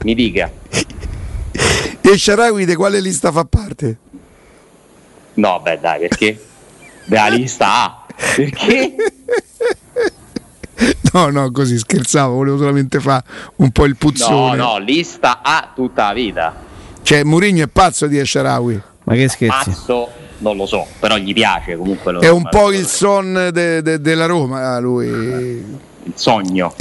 mi dica.
E Sharawi di quale lista fa parte? [laughs]
No, beh dai, perché? Della lista A.
[laughs]
Perché?
No, no, così scherzavo, volevo solamente fare un po' il
No,
puzzone.
no, lista A tutta la vita.
Cioè, Mourinho è pazzo di Sharawi.
Ma che scherzi.
Pazzo non lo so, però gli piace comunque. Lo
È un po' il son de- de- della Roma, lui.
il sogno.
[laughs]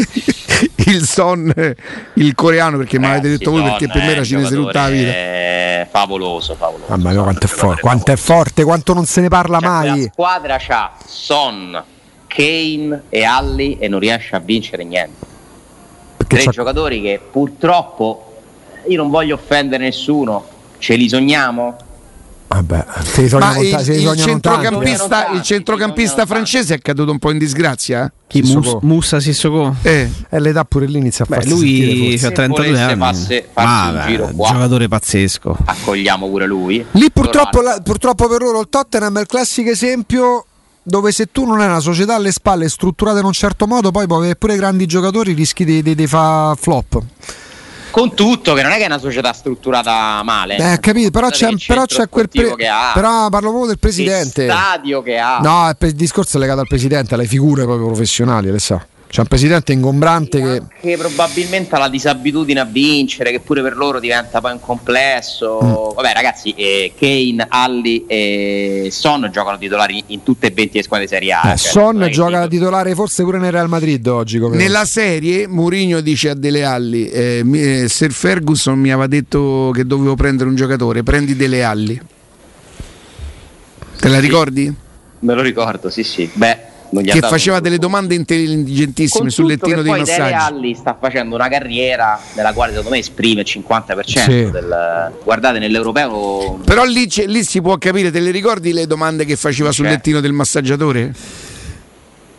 il son, eh, il coreano, perché mi
Eh,
avete detto voi, perché per me era cinese tutta la vita.
È favoloso, favoloso.
Mamma mia, quanto è forte,
Giocatore
quanto è forte, quanto non se ne parla
Cioè,
mai.
La squadra c'ha Son, Kane e Alli e non riesce a vincere niente.
Perché
Tre
c'ha-
giocatori che purtroppo io non voglio offendere nessuno, ce li sogniamo.
Vabbè, se
Ma
bisogna
il,
montare, se
il
bisogna montare.
Bisogna
centrocampista,
tanti,
il centrocampista
bisogna
francese è caduto un po' in disgrazia?
Chi
Sissoko.
Mus- Mussa Sissoko?
Eh,
E l'età pure lì inizia a
Beh,
farsi sentire
lui
forse.
ha
Se
32
volesse
anni.
farse- farsi un
Ma,
giro
beh,
qua. Eh,
giocatore pazzesco.
Accogliamo pure lui.
Lì purtroppo,
Loro hanno-
la- purtroppo per loro il Tottenham è il classico esempio dove se tu non hai una società alle spalle strutturata in un certo modo, poi puoi avere pure grandi giocatori, rischi di, di, di fa flop.
Con tutto, che non è che è una società strutturata male.
Eh, capito, però c'è,
Guardate il
però c'è
centro
quel pre-
sportivo che ha,
però parlo proprio del
il
presidente.
stadio che ha.
No, è per- il discorso è legato al presidente, alle figure proprio professionali, Alessà. C'è un presidente ingombrante che
Anche probabilmente alla disabitudine a vincere, che pure per loro diventa poi un
Mm.
complesso. Vabbè, ragazzi, eh, Kane, Alli e Son giocano titolari in tutte e 20 le squadre di Serie A.
eh,
cioè,
Son
non è che
gioca da
dico-
titolare forse pure nel Real Madrid oggi. Come
Eh, Nella serie Mourinho dice a Dele Alli, eh, mi- eh, Sir Ferguson mi aveva detto che dovevo prendere un giocatore, prendi Dele Alli. Te la ricordi?
Me lo ricordo, sì, sì. Beh, non gli ha
Che
dato
faceva
un-
delle domande
Con
intelligentissime
tutto
sul lettino
che
dei
poi Dele
massaggi.
Alli sta facendo una carriera nella quale secondo me esprime il 50%
Sì.
del guardate nell'europeo
Però lì, c'è- lì si può capire, te le ricordi le domande che faceva sul
Cioè.
lettino del massaggiatore?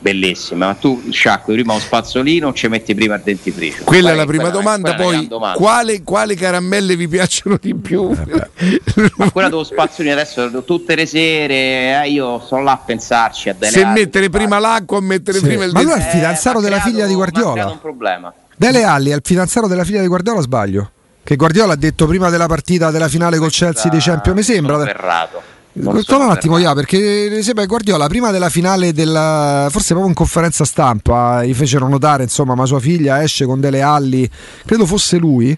bellissima, ma tu sciacqui prima lo spazzolino o ci metti prima il dentifricio?
Quella è
Guarda
la
che
prima
quella-
domanda,
quella è una
poi
gran domanda.
quale, quale caramelle vi piacciono di più?
Eh,
Ma quella dello spazzolino adesso tutte le sere eh, io sono là a pensarci a Dele
[laughs] Se
Alli,
mettere prima l'acqua o mettere
Sì.
prima il
Ma allora
dente-
il fidanzato
Eh, ma ha
della
creato-
figlia di
ma ha
Guardiola.
creato un problema.
Dele Alli è il fidanzato della figlia di Guardiola, o sbaglio? Che Guardiola ha detto prima della partita della finale col Chelsea dei Champions, mi
Sono
sembra.
ferrato. Non
Ascolta
sono
un attimo,
ferrato.
Ia, perché sembra che Guardiola prima della finale della forse proprio in conferenza stampa eh, gli fecero notare, insomma, ma sua figlia esce con delle alli, credo fosse lui.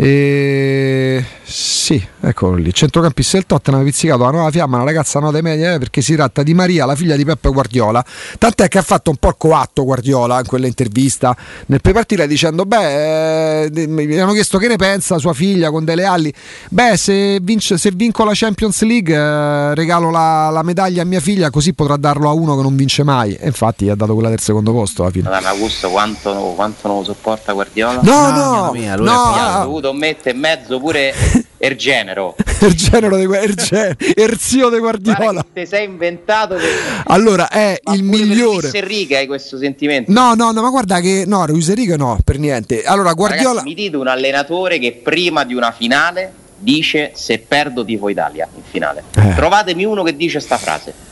E sì, eccolo lì. Centrocampista del Tottenham ha pizzicato la nuova fiamma, una ragazza nota ai media eh, perché si tratta di Maria, la figlia di Peppe Guardiola. Tant'è che ha fatto un po' il coatto Guardiola in quell'intervista nel prepartita dicendo: Beh, eh, mi hanno chiesto che ne pensa sua figlia con delle alli. Beh, se, vince- se vinco la Champions League, eh, regalo la, la medaglia a mia figlia, così potrà darlo a uno che non vince mai. E infatti ha dato quella del secondo posto alla fine.
Madonna, ma Augusto quanto, quanto non lo sopporta Guardiola?
No,
Mamma
no,
mia,
no,
lui è
ha
ah,
dovuto mettere in mezzo pure er Ergenero.
il genero di Gua- il gen- Erzio di
Guarda
[laughs] Guardiola.
che ti sei
[laughs]
inventato questo-
Allora, è
Ma
il
pure per
migliore.
Luis Enrique hai questo sentimento.
No, no, no, ma guarda che no, Luis Enrique no, per niente. Allora, Guardiola
Ragazzi, mi dite un allenatore che prima di una finale dice se perdo tifo Italia in finale.
Eh.
Trovatemi uno che dice sta frase.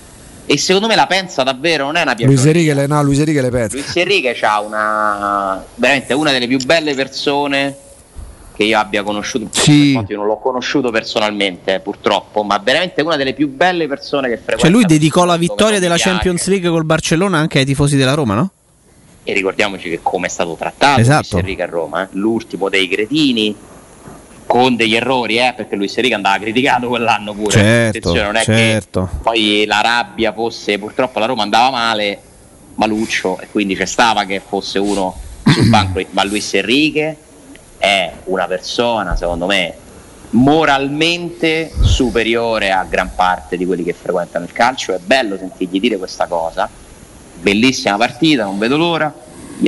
E secondo me la pensa davvero, non è una
Luis
piacere.
Enrique le no, Luis Enrique le pensa.
Luis Enrique ha una veramente una delle più belle persone che io abbia conosciuto.
Sì.
Per quanto Io non l'ho conosciuto personalmente, eh, purtroppo, ma veramente una delle più belle persone che frequenta.
Cioè, lui dedicò la
questo mondo,
vittoria
come
della
Piani.
Champions League col Barcellona anche ai tifosi della Roma, no?
E ricordiamoci che come è stato trattato
Esatto.
Luis Enrique a Roma, eh, l'ultimo dei cretini. Con degli errori, eh, perché Luis Enrique andava criticato quell'anno pure. Attenzione, non è che poi la rabbia fosse purtroppo la Roma andava male Maluccio e quindi c'è stava che fosse uno sul banco ma Luis Enrique è una persona secondo me moralmente superiore a gran parte di quelli che frequentano il calcio è bello sentirgli dire questa cosa bellissima partita non vedo l'ora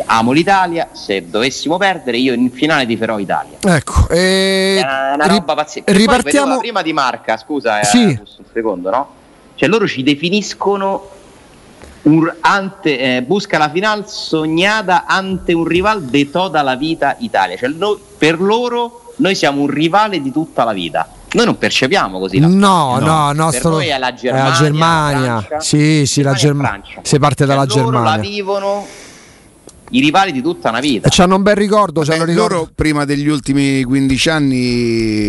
amo l'Italia se dovessimo perdere io in finale tiferò Italia
Ecco, e
è Eh, una
ri-
roba pazzesca. Poi vedevo
Ripartiamo
la prima di marca, scusa, eh,
Sì.
Augusto, un secondo, no? Cioè loro ci definiscono un ante, eh, busca la finale sognata ante un rival de toda la vita Italia. Cioè noi- per loro noi siamo un rivale di tutta la vita. Noi non percepiamo così. la-
No, Mm, no, no,
Per
sto-
noi è la Germania,
è la Germania.
la Francia.
Sì, sì, la Germania.
e Francia.
Si parte
Cioè,
dalla
loro
Germania.
la vivono i rivali di tutta una vita.
E C'hanno un bel ricordo, c'hanno un
Beh,
ricordo.
Eh, loro prima degli ultimi 15 anni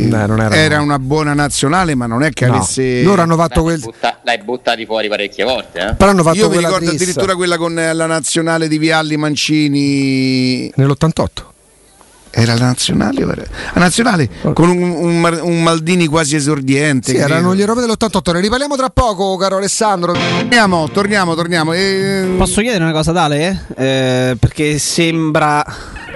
Beh, non erano-
era una buona nazionale, ma non è che
No,
avesse.
loro hanno fatto
L'hai
quel
butta- l'hai buttati fuori parecchie volte, eh?
però hanno fatto
Io mi
quella
ricordo
trissa
addirittura quella con eh, la nazionale di Vialli Mancini.
nell'88.
Era la nazionale? guarda. La nazionale con un, un Mar- un Maldini quasi esordiente.
Sì,
credo.
erano gli europei dell'88. Ne riparliamo tra poco, caro Alessandro.
Torniamo, torniamo, torniamo. Eh, E-
Posso chiedere una cosa, Dale? eh? Eh, perché sembra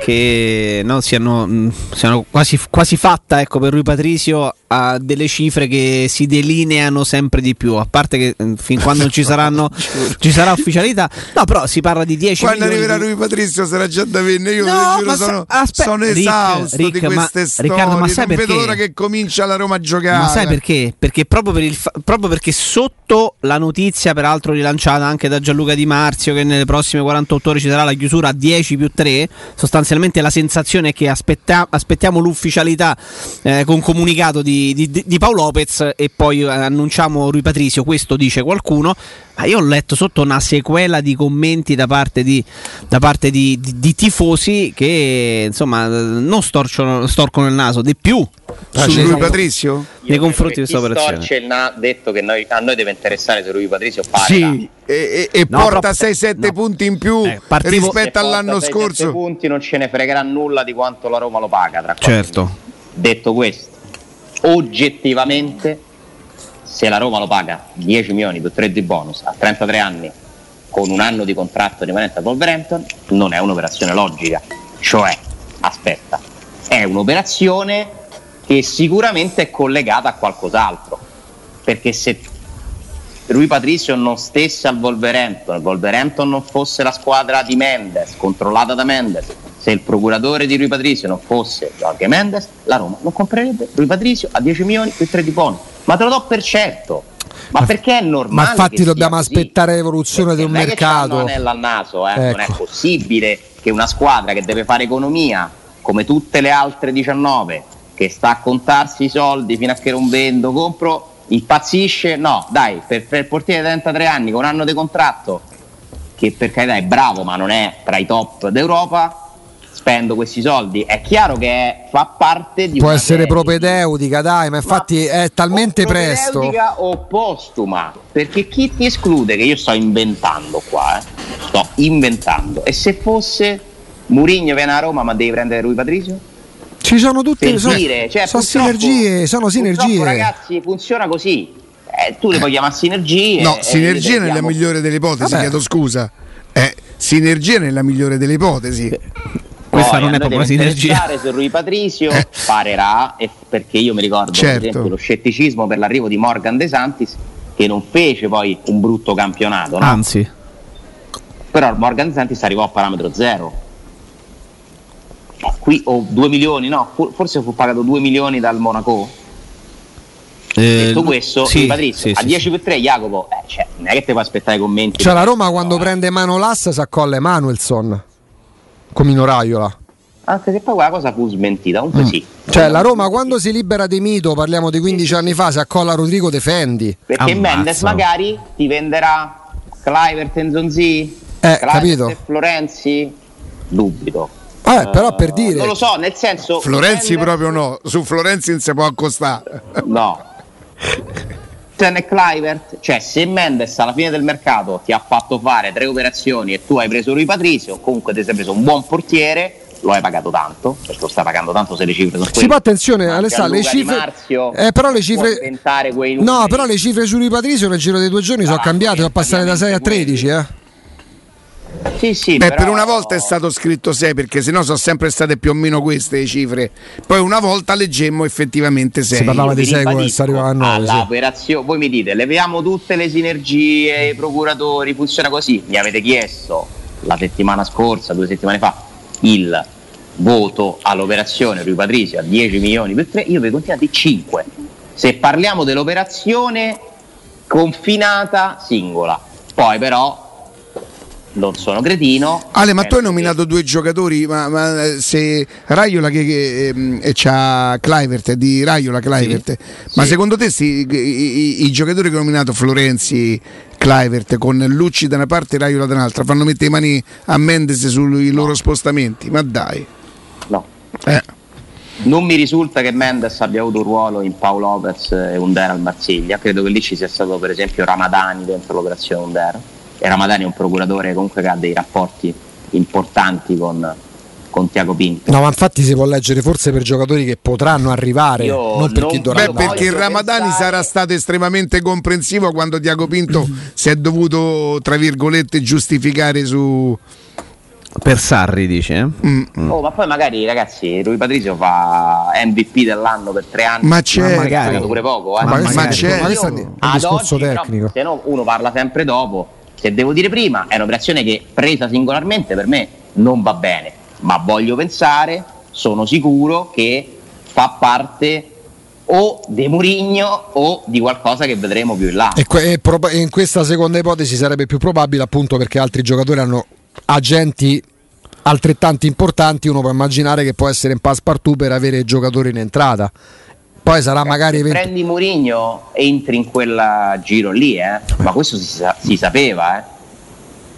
che no, siano, mh, siano quasi, quasi fatta ecco, per Rui Patrizio a delle cifre che si delineano sempre di più, a parte che eh, fin quando non
[laughs]
ci saranno ci sarà ufficialità. No, però si parla di 10
Quando
milioni
arriverà
di-
lui Patrizio sarà già da venne. Io
No,
ve lo giuro,
ma sa-
sono,
aspe-
sono
Rick,
esausto di
Rick, ma-
queste storie.
Riccardo, ma sai
non vedo
perché?
l'ora che comincia la Roma a giocare.
Ma sai perché? Perché proprio, per il fa- proprio perché sotto la notizia, peraltro rilanciata anche da Gianluca Di Marzio, che nelle prossime 48 ore ci sarà la chiusura a 10 più 3, sostanzialmente la sensazione è che aspetta- aspettiamo l'ufficialità eh, con comunicato di, di- di- di Paolo Lopez e poi eh, annunciamo Rui Patrizio, questo dice qualcuno. Ma io ho letto sotto una sequela di commenti da parte di, da parte di- di- di tifosi che insomma non storciono- storcono il naso, di più.
Su
Sul-
lui Patrizio?
Io
nei
credo
confronti
che
di questa
chi
operazione.
storce il na- detto che noi- a noi deve interessare se lui Patrizio parla.
Sì, e, e- e
No,
porta
però-
6-7
no.
punti in più
Eh, partivo-
Se
rispetto
porta
all'anno
sei, sette
scorso.
punti non ce ne fregherà nulla di quanto la Roma lo paga. Tra qualche
Certo.
mese. Detto questo, oggettivamente, se la Roma lo paga 10 milioni più 3 di bonus a 33 anni con un anno di contratto rimanente a Wolverhampton, non è un'operazione logica. Cioè, aspetta, è un'operazione che sicuramente è collegata a qualcos'altro. Perché se lui Patricio non stesse al Wolverhampton, il Wolverhampton non fosse la squadra di Mendes, controllata da Mendes, se il procuratore di Rui Patricio non fosse Jorge Mendes, la Roma non comprerebbe Rui Patricio a 10 milioni più 3 di bonus. Ma te lo do per certo. Ma, perché è normale?
ma infatti
che sia
dobbiamo
così?
aspettare l'evoluzione
Perché
del
non è che
mercato.
c'hanno l'anello al naso, eh. non è
Ecco.
possibile che una squadra che deve fare economia, come tutte le altre 19, che sta a contarsi i soldi fino a che non vendo, compro, impazzisce. No, dai, per, per il portiere di 33 anni con un anno di contratto, che per carità è bravo, ma non è tra i top d'Europa. Spendo questi soldi. È chiaro che è- fa parte di
Può
una
essere
serie di-
propedeutica, dai, ma infatti è talmente
o
presto.
propedeutica o postuma, perché chi ti esclude, che io sto inventando qua, eh, sto inventando, e se fosse Murigno viene a Roma ma devi prendere lui Patrizio?
Ci sono tutte
Per
sono-
dire, cioè,
sono
purtroppo-
Eh, sinergie, sono
purtroppo,
sinergie.
ragazzi, funziona così. Eh, tu le puoi chiamare sinergie.
No,
eh, e
sinergia
le
nella
diamo-
migliore delle ipotesi,
Vabbè.
chiedo scusa. Eh, sinergia nella migliore delle ipotesi.
Questa
Poi
non
a
è
noi
proprio una
deve
sinergia.
interessare se Rui Patrizio
Eh.
parerà, e- perché io mi ricordo
Certo.
per esempio lo scetticismo per l'arrivo di Morgan De Santis, che non fece poi un brutto campionato. no?
Anzi,
però Morgan De Santis arrivò a parametro zero Ma qui o 2 milioni no fu- forse fu pagato 2 milioni dal Monaco
Eh,
detto questo
eh, sì,
sì, Patrizio
sì,
a
sì,
10 per 3 Jacopo eh, cioè, non è che te puoi aspettare i commenti
Cioè la Roma quando prende mano l'assa si accolla Emanuelson come in oraiola.
anche se poi quella cosa fu smentita comunque sì
Cioè la Roma quando si libera di Mito, parliamo di 15 anni fa, si accolla Rodrigo De Fendi.
perché
Ammazza.
Mendes magari ti venderà Clivert e Zonzi
Eh,
Kluivert
capito.
e Florenzi dubito
Eh, però per dire...
Ah, non lo so nel senso
Florenzi
Mendes-
proprio no, su Florenzi non si può accostare.
No. Ten e Clivert, cioè se Mendes alla fine del mercato ti ha fatto fare tre operazioni e tu hai preso lui Patrizio, comunque ti sei preso un buon portiere, lo hai pagato tanto, perché lo stai pagando tanto se le cifre sono quelle.
Sì, poi attenzione,
Ma
Alessandro, le
Gianluca Di
cifre...
Marzio
eh, però le cifre...
può inventare quei numeri.
No, però le cifre su Rui Patrizio nel giro dei due giorni sono
Ah,
cambiate,
sì,
sono passate da 6 a
ovviamente
13, eh.
Sì, sì,
Beh,
però-
per una volta è stato scritto 6 perché sennò sono sempre state più o meno queste le cifre. Poi una volta leggemmo effettivamente 6.
Si parlava
Io
di
vi
Seguo,
ribadisco,
si arrivava a nove,
alla
sì.
operazione- voi mi dite, leviamo tutte le sinergie, i procuratori, funziona così. Mi avete chiesto la settimana scorsa, due settimane fa, il voto all'operazione Rui Patrizio a 10 milioni per 3, io vi ho consigliati 5. Se parliamo dell'operazione confinata singola, poi però non sono cretino. Eh,
Ale, ma tu
penso
hai
che-
nominato due giocatori, ma, ma, eh, se Raiola che, che ehm, e c'ha Clivert, è di Raiola Clivert, ma
Sì.
secondo te sti- i, i- i giocatori che ho nominato Florenzi, Clivert, con Lucci da una parte e Raiola dall'altra, fanno mettere le mani a Mendes sui loro spostamenti? Ma dai.
No,
Eh.
Non mi risulta che Mendes abbia avuto un ruolo in Paolo Lopez e Under al Marsiglia, credo che lì ci sia stato per esempio Ramadani dentro l'operazione Under e Ramadani è un procuratore comunque che ha dei rapporti importanti con, con Tiago Pinto.
No, ma infatti si può leggere forse per giocatori che potranno arrivare,
Io
non per chi
non-
dovrà
Beh,
Io
andare.
perché il
voglio
Ramadani
pensare-
sarà stato estremamente comprensivo quando
[clears throat]
Diago Pinto si è dovuto, tra virgolette, giustificare su,
Per Sarri dice. eh?
Oh, ma poi magari ragazzi, Rui Patrizio fa MVP dell'anno per tre anni.
Ma certo.
Ha giocato pure poco, eh.
Ma
questo
ma
è-
c'è-
ma questo è
Io
un
ad
discorso
oggi, però,
tecnico.
se no uno parla sempre dopo. Se devo dire prima, è un'operazione che presa singolarmente per me non va bene, ma voglio pensare, sono sicuro che fa parte o di Murigno o di qualcosa che vedremo più in là.
E que- e proba- e in questa seconda ipotesi sarebbe più probabile appunto perché altri giocatori hanno agenti altrettanto importanti, uno può immaginare che può essere in passepartout per avere giocatori in entrata. Poi sarà magari
Eh, Se
20
prendi Murigno entri in quel giro lì, eh? ma questo si, sa- si sapeva. eh.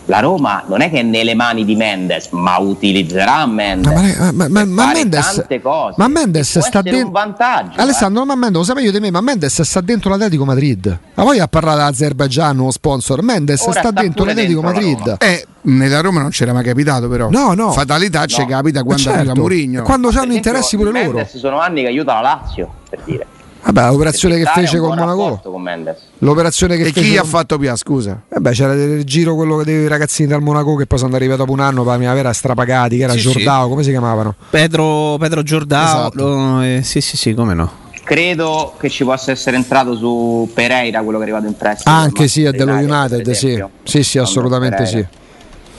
La Roma non è che è nelle mani di Mendes, ma utilizzerà Mendes.
Ma, ma- ma- ma-
per
ma
fare
Mendes,
tante cose.
ma Mendes
Può
sta
essere
dentro
un vantaggio. eh.
Alessandro, ma Mendes, lo sapevo io di me, ma Mendes sta dentro l'Atletico Madrid. Ma poi ha parlato l'Azerbaigian, lo sponsor. Mendes
Ora
sta
sta
dentro
pure
l'Atletico
dentro la
Madrid.
Eh, nella Roma non c'era mai capitato, però.
No, no.
Fatalità ci
No.
capita quando
Certo.
arriva Mourinho.
Quando
Per
hanno
esempio,
interessi pure loro.
Mendes sono anni che aiuta la Lazio, per dire.
Vabbè, l'operazione che
Perché
fece
Italia ha
con
un buon
Monaco.
rapporto con Mendes.
L'operazione che
E
fece
chi ha
con-
fatto Pia, scusa?
Eh beh, c'era del giro quello dei ragazzini dal Monaco che poi sono arrivati dopo un anno, per me era strapagati, che era
Sì, sì.
Giordao, come si chiamavano?
Pedro, Pedro Giordao.
Esatto.
lo- eh, sì, sì, sì, come no.
Credo che ci possa essere entrato su Pereira, quello che è arrivato in prestito.
Anche sì, a
Manchester
dello
United, per
United, sì.
esempio.
Sì, sì, assolutamente sì.
Pereira.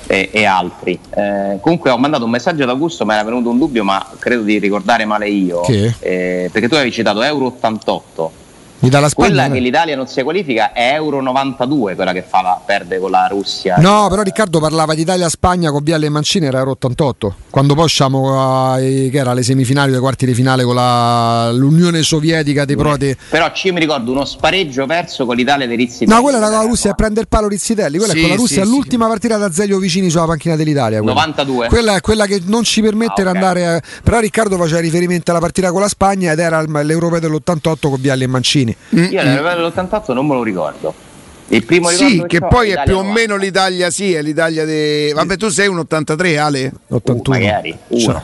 e, e altri. Eh, comunque ho mandato un messaggio ad Augusto, mi era venuto un dubbio, ma credo di ricordare male io.
Che?
Eh, perché tu avevi citato Euro 88.
Mi dà la
Quella
Spagna.
che l'Italia non si qualifica è Euro 92, quella che fa la, perde con la Russia.
No, però Riccardo parlava di Italia-Spagna con Viale e Mancini, era Euro 88. Quando poi usciamo ai- che era le semifinali, le quarti di finale con la- l'Unione Sovietica dei Prote.
Però ci- io mi ricordo uno spareggio perso con l'Italia dei Rizzi.
No, quella era con la Russia a prendere il palo Rizzitelli, quella
Sì,
è con la Russia,
sì,
l'ultima partita da Zeglio vicini sulla panchina dell'Italia. Quella.
92.
Quella è quella che non ci permette
Ah,
di
ok.
andare. A... Però Riccardo faceva riferimento alla partita con la Spagna ed era il- l'Europeo dell'88 con Viale e Mancini.
Mm?
Io
Mm,
l'Europeo dell'88 non me lo ricordo. Il primo
Sì,
ricordo
che
ho
poi è
Italia eh.
più o
90.
meno l'Italia, sì, è l'Italia de... Vabbè, tu sei un 83, Ale?
Uh,
81.
magari uno.
Cioè,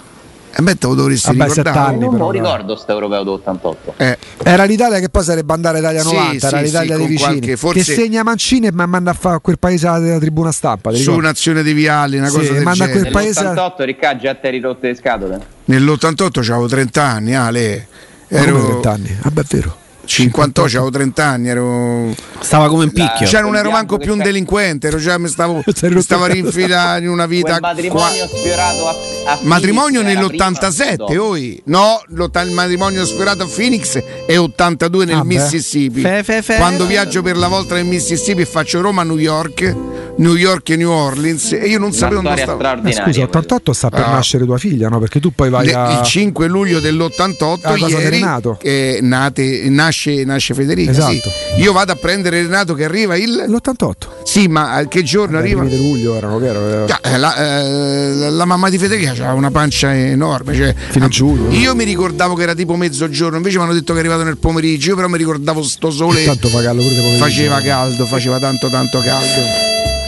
E beh, te lo dovresti
Vabbè,
ricordare.
sett'anni.
non me
però,
lo
dai.
ricordo sto europeo dell'88.
Eh,
Era l'Italia che poi sarebbe andare Italia
Sì,
90, era
sì,
l'Italia
sì,
dei
con
vicini.
qualche- forse-
Che segna Mancini e ma- manda a fare quel paese alla alla tribuna stampa. ti
su
ricordi?
un'azione di Viale, una
Sì,
cosa del
manda
genere.
quel paese-
Nell'88 Riccardo già te eri rotte le scatole.
Nell'88 avevo 30 anni, Ale.
Ma Eh, come
Ero
30 anni. Vabbè, è vero.
58, avevo 30 anni, ero...
Stava come un picchio.
Cioè, non
Quel
ero manco
bianco che
più un
c'è-
delinquente, ero già, mi stavo,
Sei
mi
rotto
stavo
il cazzo.
rinfilando in una vita.
Quel matrimonio sfiorato a, a
Matrimonio
Phoenix era prima o
nell'87,
dopo?
oi. No, l'otta- il matrimonio sfiorato a Phoenix e 82 nel
Ah, beh.
Mississippi.
Fe, fe, fe.
Quando viaggio per la volta nel Mississippi e faccio Roma a New York, New York e New Orleans e io non
Una
sapevo dove
storia
stavo.
Ma
straordinaria.
Eh, scusa,
quella.
88 sta per
Ah.
nascere tua figlia, no? Perché tu poi vai
De-
a.
il 5 luglio
Ah,
dell'88
cosa di
ieri
Renato.
eh, nate- nasce, nasce Federica
Esatto.
sì. io vado a prendere Renato che arriva il
L'88.
sì ma a che giorno
Dai,
arriva
primi Eh, di luglio erano, vero?
Cioè, eh, La, eh, la mamma di Federica ha una pancia enorme. Cioè,
Fino a
ah,
giugno.
Io mi ricordavo che era tipo mezzogiorno, invece mi hanno detto che è arrivato nel pomeriggio. Io però mi ricordavo sto sole.
Tanto fa caldo pure dopo
Faceva caldo, faceva tanto tanto caldo.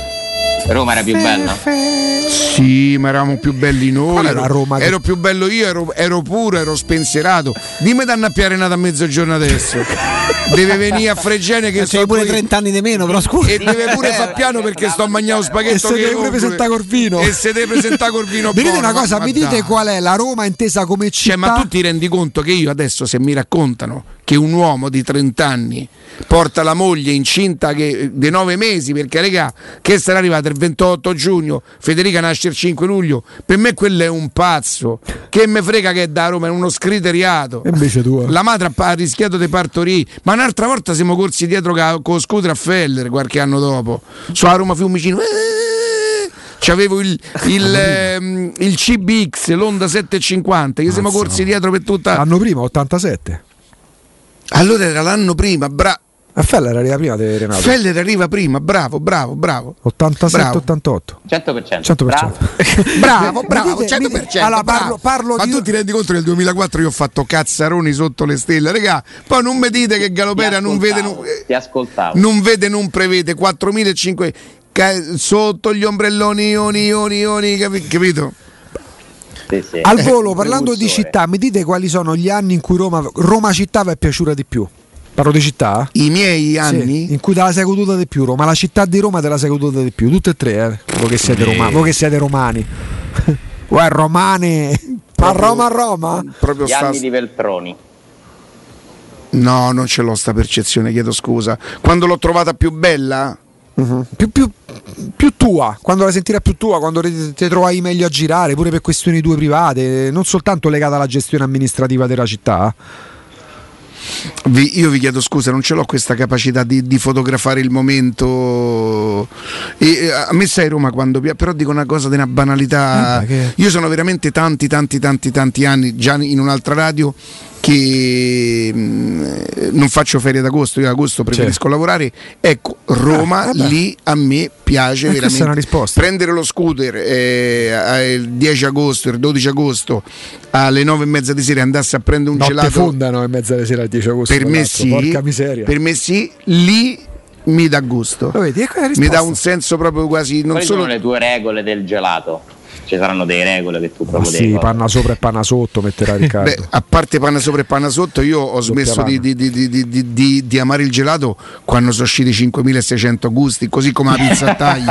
Roma era più bella.
Sì, ma eravamo più belli noi.
Qual era
Ero,
la Roma che-
ero più bello io, ero, ero puro, ero spensierato. Dimmi da annappiare nata a mezzogiorno
[laughs]
adesso. Deve venire a Fregene
Cioè,
che
Cioè, C'hai
sto
pure
qui.
30 anni di meno, però scusa.
E deve pure far piano perché sto a mangiare lo spaghetto.
E se
che
deve
compro.
presentare col vino.
E se deve presentare col vino
Mi dite
buono,
una cosa,
ma-
mi
ma
dite
dai.
qual è la Roma intesa come città?
Cioè, ma tu ti rendi conto che io adesso se mi raccontano che un uomo di 30 anni porta la moglie incinta che, di 9 mesi perché regà che sarà arrivata il 28 giugno, Federica nasce il 5 luglio, per me quello è un pazzo, che me frega che è da Roma, è uno scriteriato.
E invece tu. eh.
La madre ha pa- ha rischiato di partorire, ma un'altra volta siamo corsi dietro ca- con lo scooter a Feller qualche anno dopo, sulla Roma Fiumicino. Eh, C'avevo
[laughs]
il, il, ehm, il CBX, l'Onda 750, che siamo corsi dietro per tutta...
L'anno prima, 87.
Allora era l'anno prima, bra-
A Fella Eh, era la prima di Renato.
Feller arriva prima, bravo, bravo, bravo.
87,
Bravo.
88.
100%.
100%.
Bravo.
[laughs] Bravo,
Mi
bravo,
dite-
100%.
mi dite- allora, parlo-
bravo.
parlo
Ma
di-
tu ti rendi conto che nel 2004 io ho fatto cazzaroni sotto le stelle, regà. Poi non mi dite che Galopera non vede...
ascoltavo,
nu- eh,
Ti ascoltavo.
non vede, non prevede 4.500 ca- sotto gli ombrelloni, ioni, ioni, ioni, capi- capito?
Sì, sì.
[laughs] Al
Eh,
volo,
un
parlando di
precursore.
città, mi dite quali sono gli anni in cui Roma, Roma città vi è piaciuta di più? Parlo di città?
I miei
Sì,
anni?
in cui te la sei goduta di più Roma, la città di Roma te la sei goduta di più, tutte e tre, eh. voi, che siete romani, voi che siete romani. [laughs] Voi romane, a Roma a Roma?
Proprio
Gli
sta-
anni di Veltroni.
No, non ce l'ho sta percezione, chiedo scusa. Quando l'ho trovata più bella? Mhm.
Più, più- più tua, quando la sentirai più tua, quando ti, ti trovai meglio a girare, pure per questioni tue private, non soltanto legata alla gestione amministrativa della città. eh.
Vi- io vi chiedo scusa, non ce l'ho questa capacità di, di fotografare il momento. E, eh, a me sai Roma quando piace, però dico una cosa di una banalità.
Eh, beh, che-
Io sono veramente tanti, tanti, tanti, tanti anni già in un'altra radio che mm, non faccio ferie d'agosto, io ad agosto preferisco lavorare. Ecco, Roma
eh beh.
lì a me piace
Eh, questa è
veramente.
una risposta.
Prendere lo scooter eh, a- il 10 agosto, il 12 agosto alle 9 e mezza di sera e andarsi a prendere un
Notte
gelato
fondano in mezzo alle sera al 10 agosto.
per me
ragazzo,
sì,
Porca miseria.
per me sì, lì mi dà gusto.
Lo vedi, ecco la
Mi
risposta.
dà un senso proprio quasi non
Quali
solo
sono le tue regole del gelato? Ci saranno delle regole che tu
Ma
proprio
Ah, sì,
devi.
panna sopra e panna sotto metterà Riccardo.
Beh, a parte panna sopra e panna sotto, io ho smesso di, di- di- di- di- di- di- di amare il gelato quando sono usciti 5600 gusti, così come la pizza
[laughs]
a tagli.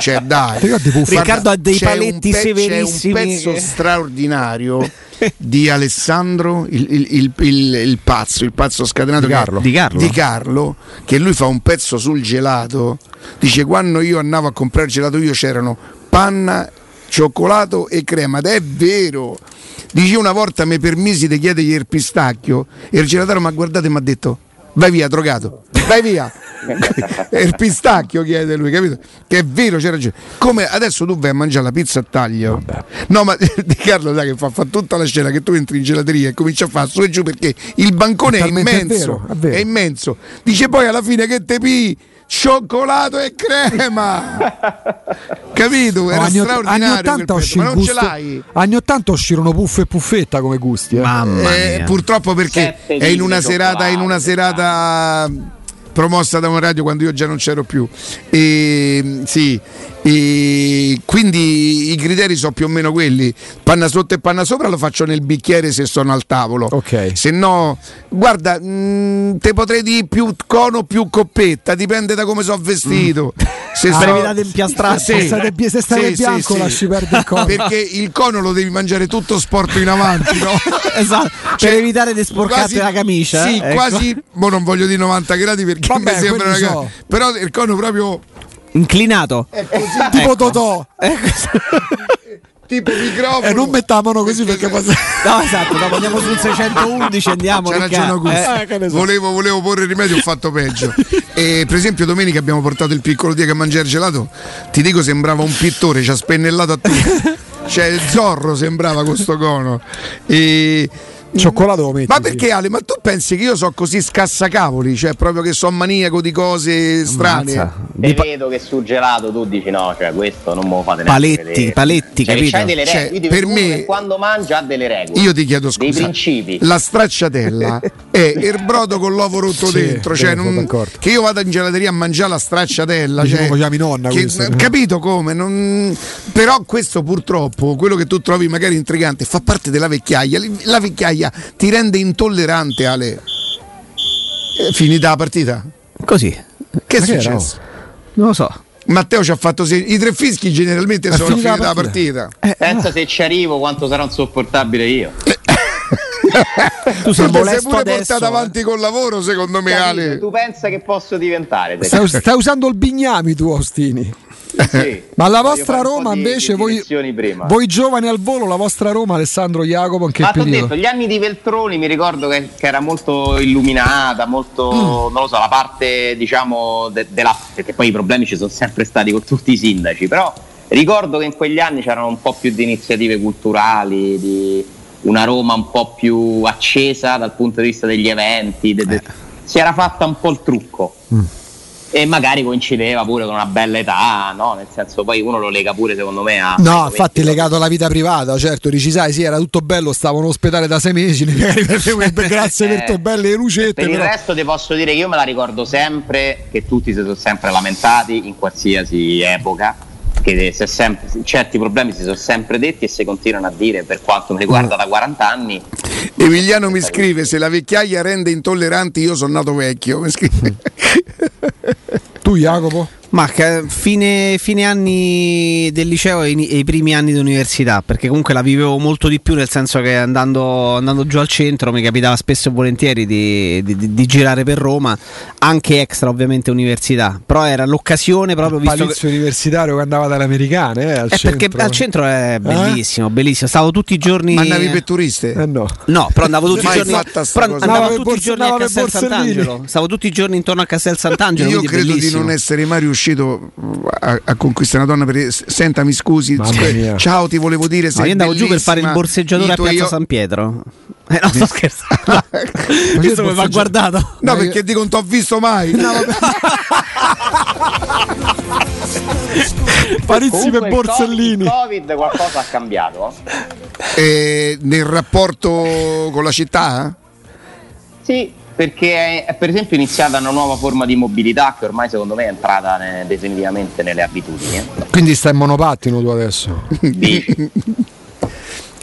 Cioè, dai,
Ti ricordi, Puffa?
Riccardo ha dei
c'è un
paletti severissimi
C'è un pezzo
[laughs]
che-
straordinario di Alessandro, il, il- il- il- il pazzo, il pazzo scatenato
Di
che-
Carlo.
Di Carlo?
di Carlo, che lui fa un pezzo sul gelato. Dice: Quando io andavo a comprare il gelato, io c'erano panna, cioccolato e crema. Ed è vero. Dice una volta mi permisi di chiedergli il pistacchio e il gelataro mi ha guardato e mi ha detto vai via drogato, vai via. [laughs] e il pistacchio chiede lui, capito? Che è vero, c'è ragione. Come adesso tu vai a mangiare la pizza a taglio. No, ma [laughs] Di Carlo sai che fa, fa tutta la scena che tu entri in gelateria e cominci a fare su e giù perché il bancone
È
è
talmente
immenso.
vero, è vero.
è immenso. Dice poi alla fine che te pi cioccolato e
[laughs]
crema. capito? Era
No, anni, ott- anni
straordinario. quel pezzo,
80 uscì
ma
il
non
gusto,
ce l'hai.
Anni 80 uscirono puff e puffetta come gusti. Eh.
Mamma
Eh,
mia.
purtroppo perché
Sette
è in una
linee
serata,
cioccolato,
in una serata promossa da un radio quando io già non c'ero più. E, sì, e quindi i criteri sono più o meno quelli. Panna sotto e panna sopra lo faccio nel bicchiere se sono al tavolo.
Ok.
Se no, guarda, mh, te potrei dire più cono più coppetta, dipende da come sono vestito. Se
Ah,
so-
evitate
impiastrate.
Sì.
Se state, bi- se state
Sì, sì,
bianco
sì.
lasci perdere il corpo.
Perché il cono lo devi mangiare tutto sporto in avanti, no?
[laughs] Esatto,
Cioè,
per evitare di sporcarti
quasi-
la camicia.
Sì,
ecco.
quasi. Mo non voglio dire 90 gradi perché
Vabbè,
mi sembra una
quelli
cosa-
so.
Però il cono proprio
[laughs]
Inclinato.
è
Eh,
così,
tipo Totò.
Eh,
esatto.
tipo microfono.
E non mettavano così perché passa-
No, esatto, dopo andiamo sul 611 andiamo.
C'ha
Riccardo.
ragione Augusto. [laughs]
[laughs]
Eh,
che ne so.
volevo, volevo porre rimedio, ho fatto peggio. E, per esempio, domenica abbiamo portato il piccolo Diego a mangiare gelato. Ti dico, sembrava un pittore, ci ha spennellato a
[laughs]
te. Cioè, il zorro sembrava questo cono. E.
Cioccolato lo metti.
Ma
sì.
perché Ale? Ma tu pensi che io so così scassacavoli? Cioè, proprio che sono maniaco di cose strane.
Ammazza.
Te
Di pa-
vedo che sul gelato tu dici no, cioè questo non me lo fate
Paletti,
neanche vedere.
paletti,
cioè,
capito?
C'hai delle
Cioè,
regole, quindi
per
uno
me-
che quando mangia ha delle regole.
Io ti chiedo scusa.
Dei principi.
La
[laughs]
stracciatella è il brodo con l'uovo rotto
Sì,
dentro. Cioè,
vero, sono
non-
d'accordo.
che io vado in gelateria a mangiare la stracciatella.
Dici,
Cioè,
lo chiami nonna
che-
questo.
capito come? non- Però questo purtroppo, quello che tu trovi magari intrigante, fa parte della vecchiaia. La vecchiaia ti rende intollerante, Ale. Eh, Finita la partita.
Così.
Che è
che era?
successo?
Non lo so.
Matteo ci ha fatto segno. I tre fischi generalmente sono
finita
finita, la
la
partita.
Eh,
Pensa se ci arrivo quanto sarò insopportabile io.
Tu sei
Se ti sei
molesto
pure
adesso. eh.
portato avanti col lavoro, secondo me,
Capito?
Ale.
Tu pensa che posso diventare? te?
Stai, us- stai usando il bignami tu, Ostini.
Sì.
Ma la
Voglio
vostra
fare un po'
Roma
di-
invece,
di
voi,
direzioni prima.
voi giovani al volo, la vostra Roma, Alessandro Jacopo, in che
Ah,
Ma ti ho
periodo?
detto, gli anni di Veltroni mi ricordo che, che era molto illuminata, molto, non lo so, la parte diciamo de- della... perché poi i problemi ci sono sempre stati con tutti i sindaci, però ricordo che in quegli anni c'erano un po' più di iniziative culturali, di una Roma un po' più accesa dal punto di vista degli eventi, de- de- si era fatta un po' il trucco. E magari coincideva pure con una bella età, no? Nel senso, poi uno lo lega pure, secondo me, a.
No, infatti legato alla vita privata, certo, dici sai, sì, era tutto bello, stavo in ospedale da sei mesi, [laughs] magari per
[laughs]
me, per- grazie per
Eh,
te belle lucette,
Per il
però
resto ti posso dire che io me la ricordo sempre, che tutti si sono sempre lamentati in qualsiasi epoca, che si è
Mm.
sempre- certi problemi si sono sempre detti e si continuano a dire per quanto mi riguarda da 40 anni
Emiliano mi scrive: Se la vecchiaia rende intolleranti, io sono nato vecchio. Mi scrive.
Mm.
Tu Jacopo?
Ma che- eh, fine, fine anni del liceo e, ini- e i primi anni di università, perché comunque la vivevo molto di più, nel senso che andando, andando giù al centro mi capitava spesso e volentieri di, di- di- di girare per Roma, anche extra ovviamente università, però era l'occasione proprio visto che...
Palizio universitario che andava dalle americane eh, al
Eh, perché
centro.
al centro è bellissimo, bellissimo. Stavo tutti i giorni.
[laughs] Eh? Ma andavi per turiste?
Eh no.
No, però andavo tutti i
Mai
giorni.
fatta sta
però
cosa.
andavo
Andava per
tutti i
Borse-
giorni a
andava per
Castel
Borsellino.
Sant'Angelo. Stavo tutti i giorni intorno a Castel Sant'Angelo.
Io
quindi
credo
bellissimo.
di non essere mai riuscito a, a conquistare una donna perché senta mi scusi,
Mamma
scu-
mia.
ciao ti volevo dire
No,
sei
io andavo giù per fare il
bellissima,
borseggiatore
i
a
tuoi
Piazza
o-
San Pietro. Eh, no,
[laughs]
sto scherzando.
il
Questo mi va
borseggia-
guardato.
No perché dico non t'ho visto
[laughs]
mai
Parizzi
Comunque
per
il Covid-
Borsellini.
Il Covid qualcosa ha cambiato?
Eh, Nel rapporto con la città? eh?
Sì, perché è per esempio iniziata una nuova forma di mobilità che ormai secondo me è entrata ne- definitivamente nelle
[laughs]
abitudini.
Quindi stai in monopattino tu adesso.
Di-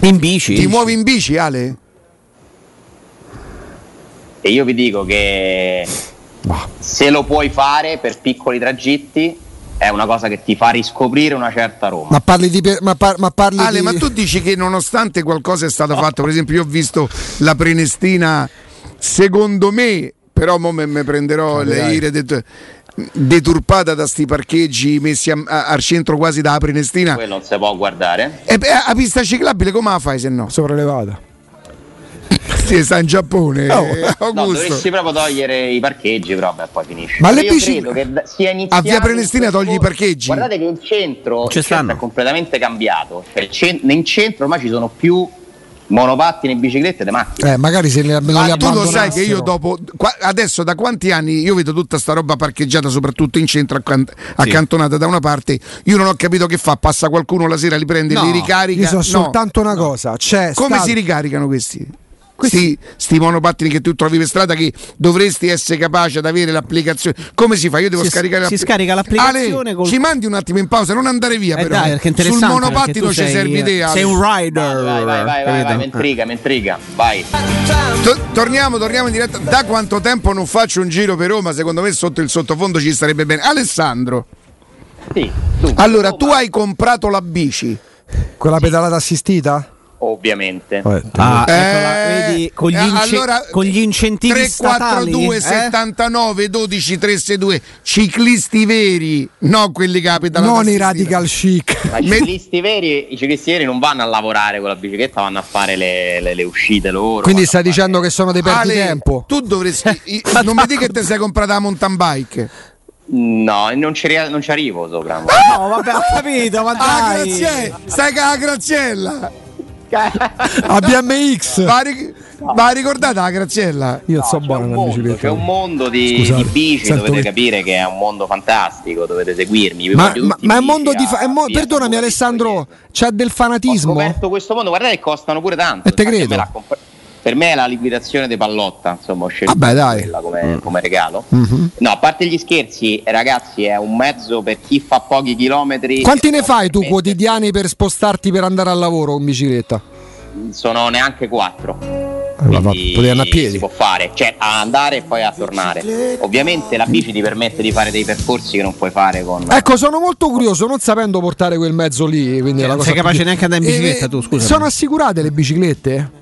In bici.
Ti muovi in bici Ale?
e io vi dico che se lo puoi fare per piccoli tragitti è una cosa che ti fa riscoprire una certa Roma.
Ma parli di. per- Ma, par- ma parli
Ale,
di-
ma tu dici che nonostante qualcosa è stato fatto, per esempio, io ho visto la Prenestina, secondo me, però mo me, me prenderò le ire det- deturpata da sti parcheggi messi a- a- al centro quasi dalla Prenestina.
Quello non si può guardare.
E beh, a pista ciclabile come la fai se no?
Sopraelevata.
Sì, sta in Giappone, eh,
No,
Augusto.
dovresti proprio togliere i parcheggi, però beh, poi finisce.
Ma le
Io
bici-
credo che da- sia iniziato
A Ah, via Prenestina
un percorso-
togli i parcheggi?
Guardate che il centro,
Ci
il centro
stanno.
è completamente cambiato. Cioè, il cen- in centro ormai ci sono più monopattini, biciclette e macchine.
Eh, magari se le, non li
Ma tu lo sai che io
abbandonassero.
dopo qua- adesso da quanti anni io vedo tutta sta roba parcheggiata soprattutto in centro accan- accantonata da una parte io non ho capito che fa passa qualcuno la sera li prende
No,
li
Io
ricarica
so
No.
soltanto una cosa. C'è
come
stato-
si ricaricano questi? Questi sti monopattini che tu trovi per strada che dovresti essere capace di avere l'applicazione. Come si fa? Io devo
Si-
scaricare
si
l'app-
scarica l'applicazione
Ale,
col-
ci mandi un attimo in pausa, non andare via
Eh
però.
dai, perché è
Sul
interessante. perché tu
monopattino ci
sei-
serve idea.
Sei un
Eh.
Vai,
rider.
vai, vai, vai, vai, vai, mi intriga, mi intriga. Vai.
To- torniamo, torniamo in diretta. Da quanto tempo non faccio un giro per Roma? Secondo me sotto il sottofondo ci starebbe bene. Alessandro,
Sì, tu.
allora tu hai comprato la bici.
Quella pedalata assistita?
Ovviamente.
Ah,
Eh,
eccola, vedi, con gli, ince-
allora, eh,
con gli incentivi
342
statali, eh?
79 12 362 ciclisti veri, no quelli che abitano
non
alla
i
Sistina.
radical chic.
Ma i ciclisti veri, i ciclisti veri non vanno a lavorare con la bicicletta, vanno a fare le, le- le uscite loro. vanno
Quindi
a
stai
fare-
dicendo che sono dei
Ale,
perditempo.
tu
[laughs]
dovresti i- non mi dica che ti sei comprata la mountain bike.
No, non ci, ri- non ci arrivo sopra. ma-
Ah!
[laughs]
No, vabbè, ho capito, ma
Ah,
dai.
grazie, stai con la Graziella.
Cioè,
A BMX.
Va, ri- va ricordata la Graziella.
Io non so
C'è un
buono la
mondo, c'è
bicicletta.
un mondo di,
Scusate,
di bici,
sento
dovete
che-
capire che è un mondo fantastico, dovete seguirmi. vi
Ma,
voglio
ma,
tutti
ma è un
in
mondo
bici
di. fa-
a
è mo-
via
perdonami,
Giacomo
Alessandro,
Tito.
c'è del
Ho
fanatismo?
scoperto questo mondo, guardate che costano pure tanto.
Eh, te
infatti
credo.
me l'ha comp- per me è la liquidazione di pallotta, insomma, ho scelto
Vabbè, dai.
quella come, come regalo.
Mhm.
No, a parte gli scherzi, eh, ragazzi, è un mezzo per chi fa pochi chilometri.
Quanti ne
Non
fai tu
permette-
quotidiani per spostarti per andare al lavoro in bicicletta?
Sono neanche quattro.
Eh, ma va-
Quindi
potevi andare a piedi.
Si può fare, cioè a andare e poi a tornare. Ovviamente la bici ti permette di fare dei percorsi che non puoi fare con.
Ecco, sono molto curioso, non sapendo portare quel mezzo lì. Quindi è la
Non
cosa
sei capace
più- Eh,
neanche di andare in bicicletta, tu, scusa.
Sono assicurate le biciclette?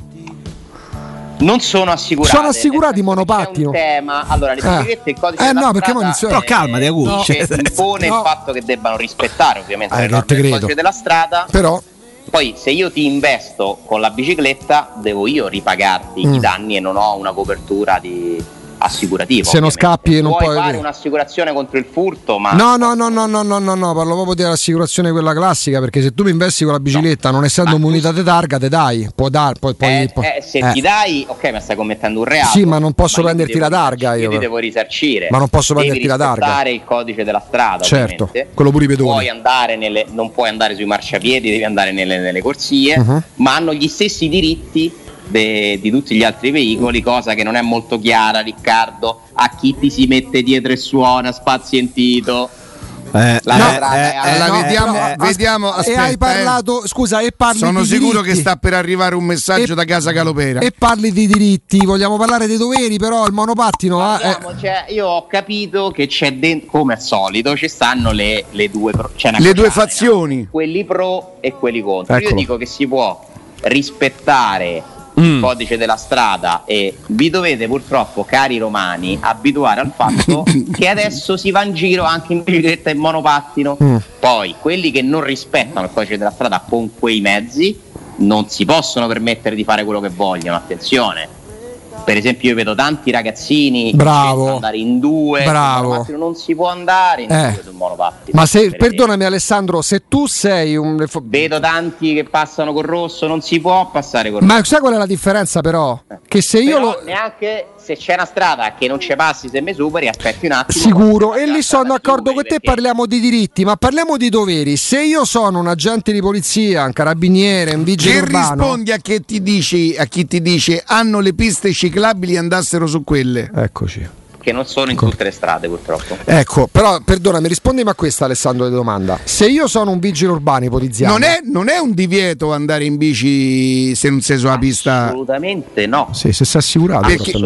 Non sono assicurati.
Sono assicurati i monopattino.
tema. Allora, le
Eh.
biciclette il codice
Eh,
della
no, perché mo
strada,
inizio-
Però calmati, Augusto,
dice-
cioè, nel [laughs]
impone
senso-
il fatto che debbano rispettare ovviamente
Eh,
le
non
norme
te
del
credo.
codice della strada.
Però.
Poi se io ti investo con la bicicletta, devo io ripagarti
Mm.
i danni e non ho una copertura di assicurativa.
Se non
ovviamente.
scappi non puoi-
fare un'assicurazione contro il furto, ma
No, no, no, no, no, no, no, no, parlo proprio dell'assicurazione quella classica, perché se tu mi investi con la bicicletta, non essendo
Ma-
munita di targa, te dai, può dar, poi, poi,
Eh,
poi-
eh, se
eh.
ti dai, ok, ma stai commettendo un reato.
Sì, ma non posso
io ti
prenderti
devo
la targa,
risarci- Io
io
ti
però.
devo risarcire.
Ma non posso
Devi
prenderti la targa.
rispettare il codice della strada.
Certo,
ovviamente.
quello pure i pedoni.
Puoi andare nelle- non puoi andare sui marciapiedi, devi andare nelle, nelle corsie,
Mhm.
ma hanno gli stessi diritti de- di tutti gli altri veicoli, cosa che non è molto chiara, Riccardo, a chi ti si mette dietro e suona, spazientito.
Eh,
La
eh,
vetrata
eh, ah,
è alla-
eh, la
no,
vediamo,
però, eh,
vediamo,
as-
aspetta,
e hai parlato, scusa, e parli
Sono
di
sicuro
diritti.
che sta per arrivare un messaggio
E-
da casa Calopera.
E parli di diritti, vogliamo parlare dei doveri, però il monopattino ha- eh,
Parliamo, cioè, io ho capito che c'è dentro, come al solito, ci stanno le, le due, pro- c'è una
Le due
crociata, no?
fazioni.
quelli pro e quelli contro. Io
Ecco.
Eccolo.
dico che si può rispettare il
Mm.
codice della strada e vi dovete purtroppo, cari romani, abituare al
[coughs]
fatto che adesso si va in giro anche in bicicletta e in monopattino.
Mm.
Poi quelli che non rispettano il codice della strada con quei mezzi non si possono permettere di fare quello che vogliono, attenzione. Per esempio io vedo tanti ragazzini
Bravo.
che andare in due, sul
Bravo.
monopattino non si può andare in
Eh.
due sul monopattino.
Ma se,
per esempio.
perdonami Alessandro, se tu sei un...
Vedo tanti che passano col rosso, non si può passare col rosso.
Ma sai qual è la differenza però? Che se io
Però
lo...
neanche se c'è una strada che non ci passi se mi superi aspetti un attimo
Sicuro,
C'è
e
la
lì
strada
sono
che
d'accordo
superi,
con te,
perché
parliamo di diritti, ma parliamo di doveri. Se io sono un agente di polizia, un carabiniere, un vigile
Che
urbano...
rispondi a, che ti dici, a chi ti dice hanno le piste ciclabili e andassero su quelle?
Eccoci.
che non sono in tutte le strade purtroppo
Ecco, però perdonami, rispondimi a questa Alessandro di domanda. Se io sono un vigile urbano ipotizziamo...
Non è, non è un divieto andare in bici se non sei sulla
Ah.
pista.
assolutamente no
Sì, se sei assicurato.
Perché-
però,
Ah,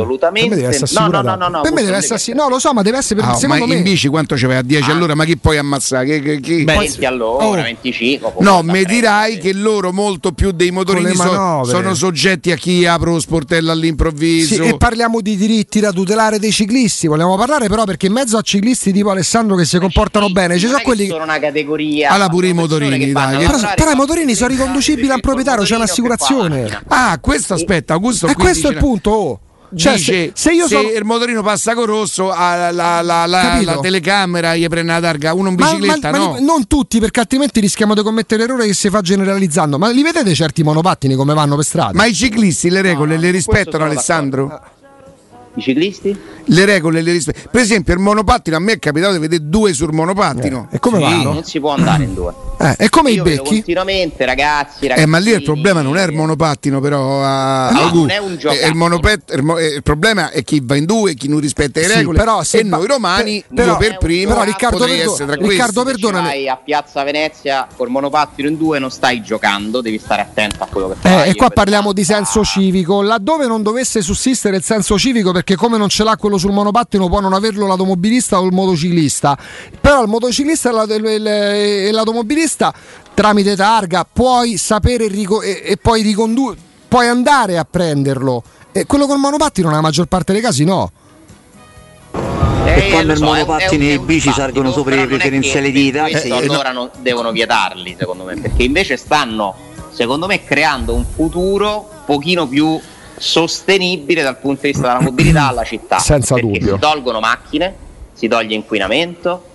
Per
assolutamente
me deve essere
no no
assicurata.
no no, no
Per me deve
questo
essere
non
sì. No, lo so, ma deve essere per...
Ah, ma
secondo me... Ah.
in bici quanto ci vai a 10 all'ora? Ma chi puoi ammazzare? Che- che- chi-
Beh,
20 all'ora 25 può
No,
andare
eh,
mi
a 30,
dirai
sì.
che loro molto più dei motorini
Con le
so-
manovre.
sono soggetti a chi apre lo sportello
Sì,
all'improvviso.
e parliamo di diritti da tutelare dei ciclisti. Vogliamo parlare però perché in mezzo a ciclisti tipo Alessandro che si comportano bene, ci
Non
sono
è che
quelli
sono una categoria
Allora pure i
sono persone
motorini,
che
dai,
vanno a
che-
Però,
lavorare,
però i
fanno
motorini sono
dei grandi,
riconducibili al
eh, perché col
proprietario, c'è
motorino che fa la
un'assicurazione.
macchina.
Ah, questo aspetta, Augusto.
E
qui
questo è il
dice-
punto. oh. Cioè,
dice,
se, se io sono
il motorino passa con rosso, ha la, la- la-
Capito.
la telecamera gli prende la targa, uno in
Ma-
bicicletta
ma- ma
no.
li- non tutti, perché altrimenti rischiamo di commettere l'errore che si fa generalizzando. Ma li vedete certi monopattini come vanno per strada?
Ma i ciclisti le
Ecco,
regole
no,
le
su questo Ah,
rispettano,
sono
Alessandro?
i ciclisti
Le regole le rispettano. Per esempio, il monopattino, a me è capitato di vedere due sul monopattino.
e come
Sì,
vanno?
non si può andare in due
Eh, e come
Io
i
vedo
becchi?
continuamente ragazzi
Eh, ma lì il
ragazzini-
problema non è il monopattino, però. a-
No,
Agu.
non è un giocattolo.
Eh, il, monopet- il mo- eh, il problema è chi va in due, chi non rispetta le
Sì,
regole.
però se
e
va-
noi romani,
per- però-
io per primo,
però Riccardo,
potrei
perdo-
essere tra questi.
Riccardo,
Se ci
perdonami.
vai a Piazza Venezia col monopattino in due non stai giocando, devi stare attento a quello che fai.
Eh, e qua
Io
parliamo di
penso-
senso civico, laddove non dovesse sussistere il senso civico, perché come non ce l'ha quello sul monopattino può non averlo l'automobilista o il motociclista, però il motociclista e l'aut- il- il- e l'automobilista tramite targa puoi sapere rico- e, e poi ricondu- puoi andare a prenderlo. E quello col monopattino nella maggior parte dei casi no.
Eh,
E quando
lo
il
so,
monopattino
è un-
e
è
i
un
bici
dibattito,
salgono sopra
però
le
esatto, non è
preferenziali
che
di età,
questo
eh, no.
allora non devono vietarli, secondo me, perché invece stanno, secondo me, creando un futuro pochino più sostenibile dal punto di vista della mobilità alla città.
Senza
perché
dubbio.
Si tolgono macchine, si toglie inquinamento.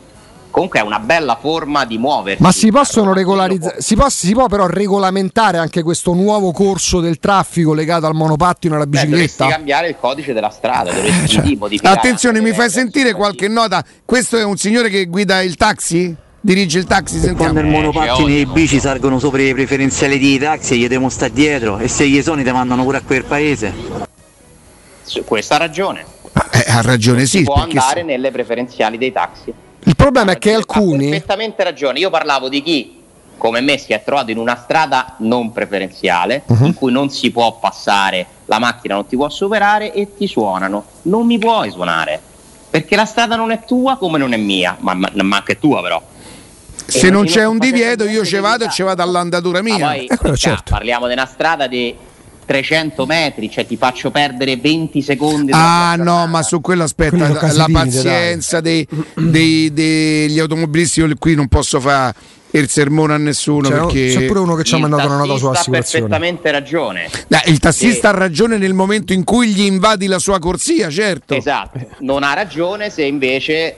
Comunque è una bella forma di muoversi. Cioè,
Ma si possono regolarizzare,
regolarizzare
si, poss- si può però regolamentare anche questo nuovo corso del traffico legato al monopattino e alla
Beh, dovresti
bicicletta?
cambiare il codice della strada, dovresti Eh, sì, modificare
Attenzione, mi
anche le
fai
regole,
sentire
insomma,
qualche
sì.
nota. Questo è un signore che guida il taxi? Dirige il taxi?
E quando il
Sentiamo.
Eh,
monopattino
ci
e i
odiano.
bici salgono sopra le preferenziali di taxi e gli devono stare dietro e se gli sono ti mandano pure a quel paese.
Su- Questa ha ragione.
Eh, ha ragione, sì.
può
perché
andare nelle preferenziali dei taxi.
Il problema è Ah, che
Ha
alcuni...
perfettamente ragione. Io parlavo di chi, come me, si è trovato in una strada non preferenziale,
Mhm.
in cui non si può passare, la macchina non ti può superare e ti suonano. Non mi puoi suonare. Perché la strada non è tua come non è mia, ma, ma- ma anche è tua però.
se
E
non
io
c'è un
sto facendo
divieto, io
niente
ci
di
vado e
vietato.
ci vado all'andatura
Ma
mia.
poi,
Eh, quello
ca-
certo.
Parliamo di una strada di 300 metri, cioè ti faccio perdere 20 secondi. della
Ah no,
tua giornata.
ma su quello
Quelli
aspetta,
sono
la,
casi
la
limite, dai.
pazienza dei- dei- degli automobilisti, io qui non posso fare il sermone a nessuno
C'è,
perché
c'è pure cioè, uno che ci ha
Il
mandato una nota sulla
tassista ha
assicurazione.
perfettamente ragione.
Dai, il tassista
Sì.
ha ragione nel momento in cui gli invadi la sua corsia, certo.
Esatto, non ha ragione se invece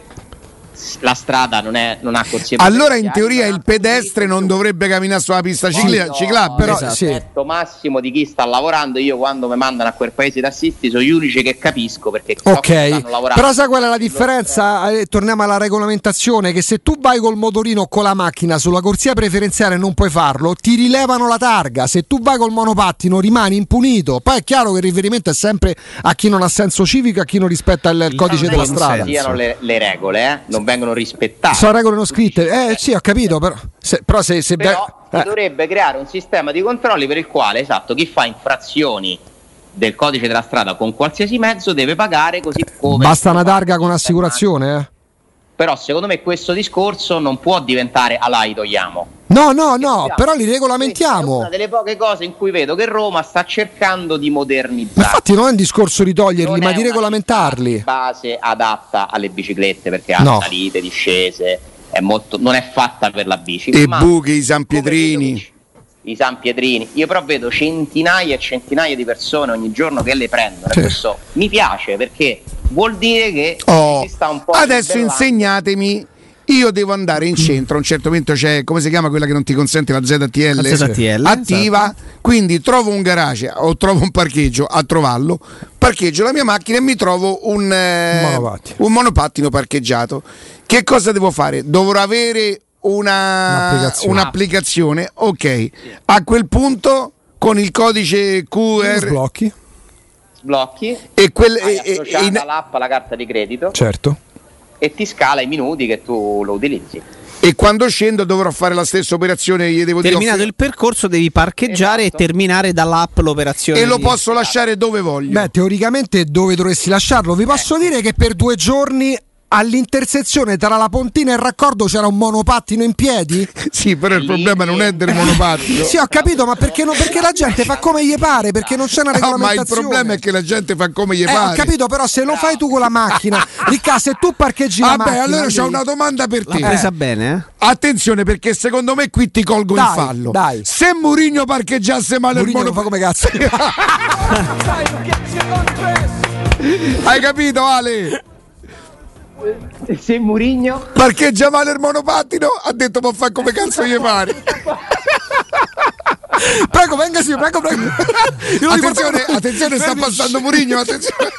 s- la strada non, è, non ha corsie.
Allora in
preferenziali,
teoria
ma
il pedestre non dovrebbe camminare sulla
Oh,
pista cicla-
Quando-
ciclabile.
però-
Esatto.
sì.
rispetto massimo di chi sta lavorando, io quando mi mandano a quel paese d'assisti sono gli unici che capisco perché so che stanno
Ok,
lavorando.
però sai qual è la differenza? Eh, torniamo alla regolamentazione che se tu vai col motorino o con la macchina sulla corsia preferenziale e non puoi farlo, ti rilevano la targa. Se tu vai col monopattino rimani impunito. Poi è chiaro che il riferimento è sempre a chi non ha senso civico, a chi non rispetta il, il codice
Non è
della
che
strada.
siano le, le regole, eh? non vengono rispettate.
Sono regole non scritte. Eh sì, ho capito, però se, però se, se
Però
beh,
si
eh,
dovrebbe creare un sistema di controlli per il quale, esatto, chi fa infrazioni del codice della strada con qualsiasi mezzo deve pagare così come...
Eh, basta una targa con un'assicurazione, eh.
Però secondo me questo discorso non può diventare alai togliamo.
No, no, no, però li regolamentiamo.
È una delle poche cose in cui vedo che Roma sta cercando di
Ma
modernizzare.
infatti non è un discorso di toglierli,
Non
ma
è
di
una
regolamentarli.
base adatta alle biciclette perché ha
No.
salite, discese, è molto- non è fatta per la bici.
E
ma
buchi, i San
come
Pietrini.
vedo- I San Pietrini, io però vedo centinaia e centinaia di persone ogni giorno che le prendono.
Sì.
E questo mi piace perché vuol dire che
Oh,
si sta un po'
adesso
ribellando.
insegnatemi. Io devo andare in centro, a un certo momento c'è, come si chiama quella che non ti consente la ZTL?
La ZTL,
attiva, quindi trovo un garage o trovo un parcheggio a trovarlo, parcheggio la mia macchina e mi trovo un, eh,
Monopattino.
un monopattino parcheggiato. Che cosa devo fare? Dovrò avere una-
Un'applicazione.
un'applicazione, ok. A quel punto con il codice QR
Sblocchi,
Sblocchi,
e, quel,
hai
e- e-
associata
in- Cioè.
l'app alla carta di credito
certo.
e ti scala i minuti che tu lo utilizzi.
e quando scendo dovrò fare la stessa operazione, gli devo dire...
Terminato
"Oh,
il percorso devi parcheggiare
Esatto.
e terminare dall'app l'operazione.
e lo
di-
posso lasciare dove voglio.
Beh, teoricamente dove dovresti lasciarlo? Vi posso dire che per due giorni all'intersezione tra la Pontina e il raccordo c'era un monopattino in piedi?
sì, però il problema non è del [laughs] monopattino.
Sì, ho capito, ma perché, non- perché la gente fa come gli pare? Perché non c'è una
Ah, ma il
regolamentazione.
problema è che la gente fa come gli
Eh, ho
pare.
capito, però se lo fai tu con la macchina, Ricca, se tu parcheggi la
Vabbè,
macchina,
Ah, allora c'ho
devi-
una domanda per
L'ha
te.
presa bene, eh?
Attenzione perché secondo me qui ti colgo in
Dai,
fallo.
dai.
Se Mourinho parcheggiasse male
Mourinho
il
lo fa
monopattino,
come cazzo.
[laughs] hai capito Ale?
Se Murigno
Parcheggia male il monopattino, ha detto può fare come cazzo gli pare.
prego, venga sì, prego, prego. Io lo riporto-
Attenzione, attenzione sta passando Mourinho, [laughs] attenzione.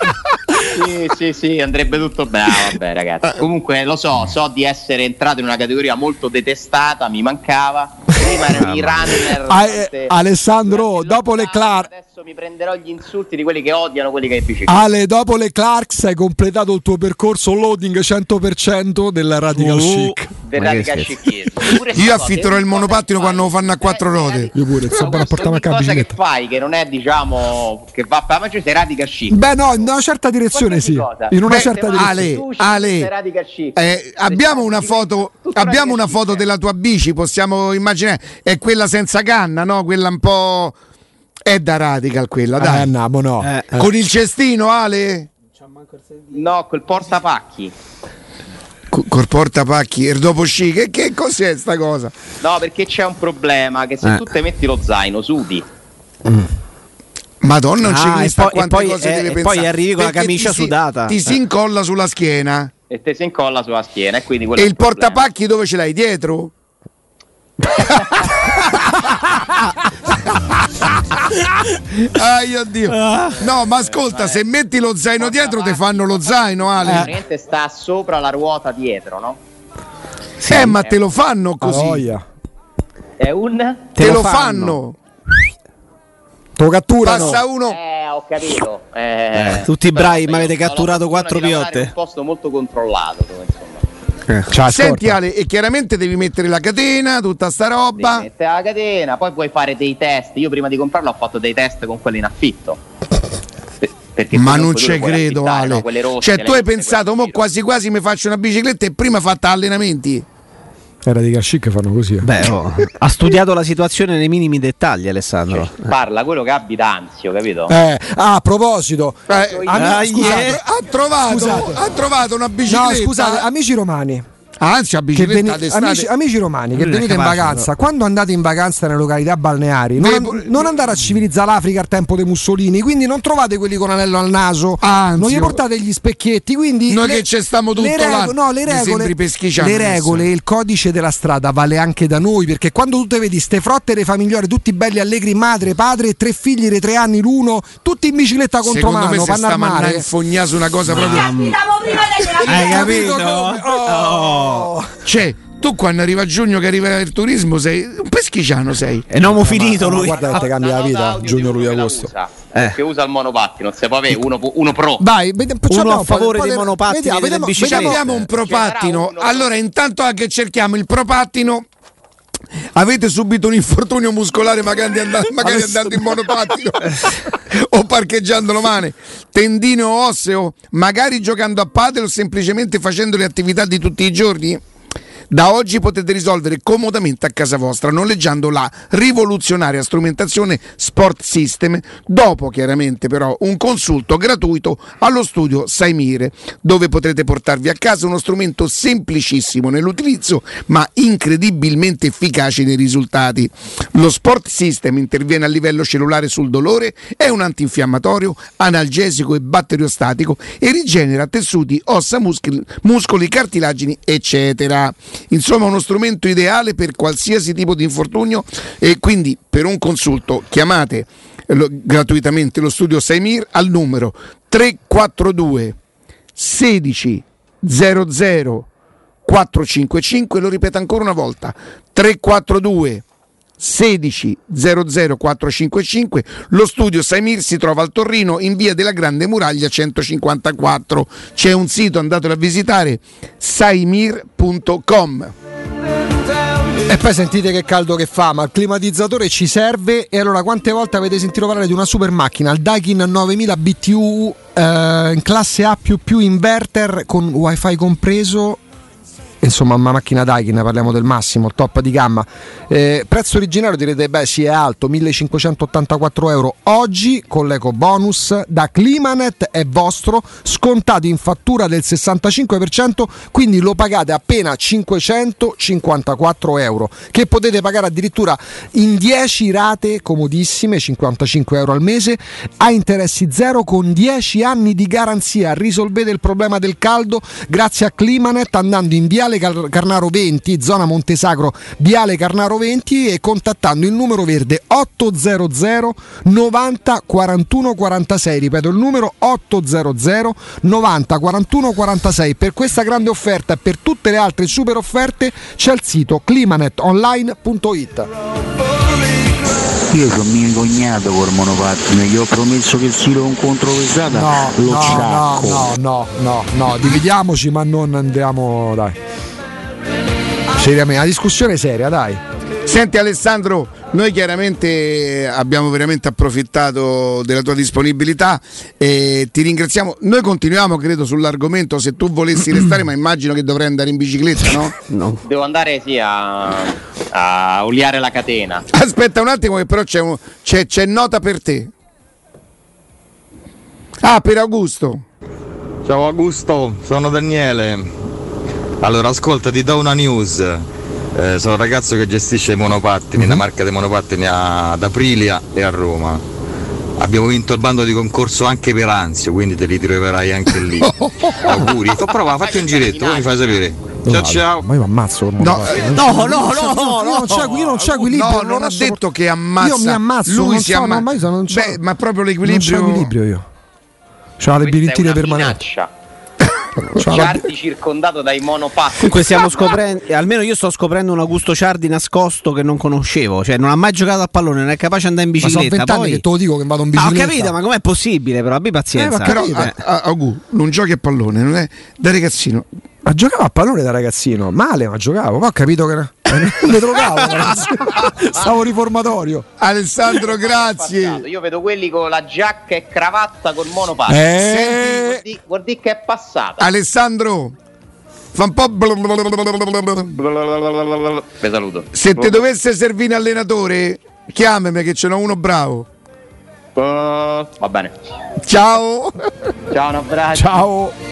sì, sì, sì, andrebbe tutto bene. Ah, vabbè, ragazzi. Comunque lo so, so di essere entrato in una categoria molto detestata, mi mancava. Prima erano i runner.
Ah, eh,
durante-
Alessandro,
durante il
dopo le
lockdown,
Clark- Ah.
Adesso mi prenderò gli insulti di quelli che odiano quelli che bicicletta.
Ale, dopo le Clarks hai completato il tuo percorso loading 100% del Radical Chic.
del
Ma che
radical
scherzo.
chicchismo. Eppure sta
Io
cosa,
affitterò il
ogni cosa
monopattino
che fai-
quando lo fanno a quattro
eh,
rotte.
Io pure, sto per
Ma questo
portarmi a
ogni cosa che
cabinetta.
fai che non è diciamo che va per ma cioè sei radical chic
Beh, no, in una certa direzione sì. In una
Beh,
certa
Ale,
direzione.
Tu scegli
Ale,
se radical chic.
eh, abbiamo una foto,
Tutto
abbiamo una
radical chic,
foto
eh.
della tua bici, possiamo immaginare, è quella senza canna, no? Quella un po'... È da radical quella,
Dai,
dai.
andiamo, no.
Eh.
Con il cestino, Ale?
No, quel portapacchi.
Co- Col portapacchi, il dopo sci, che, che cos'è sta cosa?
No, perché c'è un problema che se
Eh.
tu te metti lo zaino, sudi.
Madonna, non
Ah,
ci
e
crista
poi- e
quante
poi-
cose
eh,
deve
e
pensare.
poi arrivi con la
Perché
camicia
ti si-
sudata.
Ti si incolla sulla schiena.
E te si incolla sulla schiena e quindi quello
E
è
il
problema.
portapacchi dove ce l'hai? Dietro? [laughs] Ai oddio. No, ma ascolta, se metti lo zaino dietro ti fanno lo zaino, Ale.
Praticamente sta sopra la ruota dietro, no?
Eh, ma te lo fanno
Così.
così.
È un
Te lo fanno.
Te lo catturano.
Passa uno.
Eh, ho capito. Eh,
Tutti
però,
bravi,
beh,
ma
io
avete
ho la
catturato
fortuna
quattro
di lavorare
piotte.
in un posto molto controllato, dove, insomma.
Ciao,
Senti
scorta.
Ale, e chiaramente devi mettere la catena, tutta sta
Devi
roba.
mettere la catena, poi puoi fare dei test. Io prima di comprarlo ho fatto dei test con quelle in affitto. Per- perché
Ma
comunque
non
tu
ci
le puoi
credo
affittare,
Ale.
no? Quelle rosse,
Cioè
le
tu hai
rosse,
pensato,
quelle
mo
in giro.
quasi quasi mi faccio una bicicletta e prima fatta allenamenti.
Era di Chic fanno così. eh.
Beh, oh, [laughs] ha studiato la situazione nei minimi dettagli, Alessandro.
Parla quello che abita Anzio, capito?
Eh, ah, a proposito,
Eh,
Ah,
ami-
scusate.
eh, ha, trovato,
Scusate.
ha trovato una bicicletta.
no, scusate, amici romani,
Anzi, a
che
bicicletta
veni-
d'estate.
amici, amici romani che
Lui non è
venite in
capace,
vacanza, quando andate in vacanza nelle località balneari, non,
Beh,
an-
pure-
non andate a civilizzare l'Africa al tempo dei Mussolini, quindi non trovate quelli con anello al naso,
Anzi,
non gli
oh.
portate gli specchietti, quindi
Noi che ci stiamo tutto
le
là,
rego- no, le
mi
regole,
sembri Peschici
le
hanno messo.
regole, il codice della strada vale anche da noi, perché quando tu te vedi ste frottere familiari, tutti belli allegri, madre, padre, e tre figli di tre anni l'uno, tutti in bicicletta contro
Secondo me
mano,
se
vanno
sta
al
mandando
mare.
in fogna su una cosa proprio.
Capitavo prima della
Hai capito?
come? Oh.
Cioè, tu quando arriva giugno che arriva il turismo sei un peschigiano sei.
È un uomo finito lui.
guarda che te cambia la vita giugno luglio agosto
Eh.
Che usa il monopattino, se può avere uno, uno pro.
Vai, vediamo,
Uno a
un po',
favore
poi
dei
le-
monopattini e delle biciclette.
vediamo-
Abbiamo un
Ci
propattino.
sarà uno.
Allora, intanto anche cerchiamo il propattino. Avete subito un infortunio muscolare magari, and- magari andando in monopattino o parcheggiandolo male, tendino osseo, magari giocando a padel o semplicemente facendo le attività di tutti i giorni? Da oggi potete risolvere comodamente a casa vostra noleggiando la rivoluzionaria strumentazione Sport System, dopo chiaramente però un consulto gratuito allo studio Saimire, dove potrete portarvi a casa uno strumento semplicissimo nell'utilizzo ma incredibilmente efficace nei risultati. Lo Sport System interviene a livello cellulare sul dolore, è un antinfiammatorio, analgesico e batteriostatico e rigenera tessuti, ossa, muscoli, muscoli, cartilagini, eccetera. Insomma, uno strumento ideale per qualsiasi tipo di infortunio e quindi per un consulto chiamate eh, lo- gratuitamente lo studio Saimir al numero 342 16 00 455, lo ripeto ancora una volta, 342 16 00 455 lo studio Saimir si trova al Torrino in via della Grande Muraglia 154 c'è un sito andatelo a visitare saimir.com
E poi sentite che caldo che fa, ma il climatizzatore ci serve. E allora, quante volte avete sentito parlare di una super macchina, il Daikin 9000 BTU eh, in classe A inverter con wifi compreso? Insomma, una macchina Daikin, parliamo del massimo, il top di gamma. Eh, prezzo originario direte, beh sì è alto, 1584 euro. Oggi con l'eco bonus da Climanet è vostro, scontato in fattura del 65%, quindi lo pagate appena 554 euro, che potete pagare addirittura in 10 rate comodissime, 55 euro al mese, a interessi zero con 10 anni di garanzia. Risolvete il problema del caldo grazie a Climanet andando in Viale Car- Carnaro 20, zona Montesacro, Viale Carnaro 20 e contattando il numero verde 800 90 41 46. Ripeto il numero 800 90 41 46. Per questa grande offerta e per tutte le altre super offerte c'è il sito climanetonline.it.
Io sono mingognato col monopattino, gli ho promesso che il silo incontro pesata
No,
lo
no, no,
ciacco.
no, no, no, no, dividiamoci ma non andiamo, dai. Seriamente, la discussione è seria, dai.
Senti Alessandro, noi chiaramente abbiamo veramente approfittato della tua disponibilità e ti ringraziamo. Noi continuiamo, credo, sull'argomento se tu
[clears throat]
volessi restare, ma immagino che dovrai andare in bicicletta, no?
Devo andare sì a, a oliare la catena.
Aspetta un attimo, che però c'è, un- c'è- c'è nota per te. Ah, per Augusto.
Ciao Augusto, sono Daniele. Allora, ascolta, ti do una news. Eh, sono un ragazzo che gestisce i monopattini, la marca dei monopattini a- ad Aprilia e a Roma. Abbiamo vinto il bando di concorso anche per Anzio, quindi te li troverai anche lì. Auguri, Fa- prova, fatti un giretto, poi mi fai sapere. Ciao ciao.
Ma io mi ammazzo con
No, eh,
No, no, no,
io non c'è io non c'è equilibrio.
no, non ha
lascio-
detto che ammazza.
Io mi ammazzo,
Lui
non
si
so,
ammazza.
no, ma io sono- non c'ho-
Beh, ma proprio
Non c'è
l'equilibrio.
equilibrio io. C'ho le
Questa è
birintine
una
permanenti.
[laughs]
minaccia.
C'ho la-
Ciardi circondato dai monopatti.
Comunque stiamo scoprendo, almeno io sto scoprendo un Augusto Ciardi nascosto che non conoscevo, cioè non ha mai giocato a pallone, non è capace di andare in
Ma sono
bicicletta.
vent'anni
Poi...
che te lo dico che vado in
Ah, ho
bicicletta.
capito, ma com'è possibile però? Abbi pazienza.
Eh, ma
Però,
Capito?
a- a- Augu, non giochi a pallone, non è da ragazzino.
Ma giocavo a pallone da ragazzino, male, ma giocavo, poi ho capito [laughs] che
[laughs]
le drogavo, ragazzi. stavo riformatorio.
Alessandro,
Passato.
grazie.
Io vedo quelli con la giacca e cravatta col monopattino. Senti, vuol
Eh,
di- Vuol dire che è
Ah.
passata.
Alessandro, fa un po'. blablabla.
Vi saluto.
Se ti dovesse servire un allenatore, chiamami che ce n'ho uno bravo.
Va bene.
Ciao.
Ciao, un abbraccio.
ciao.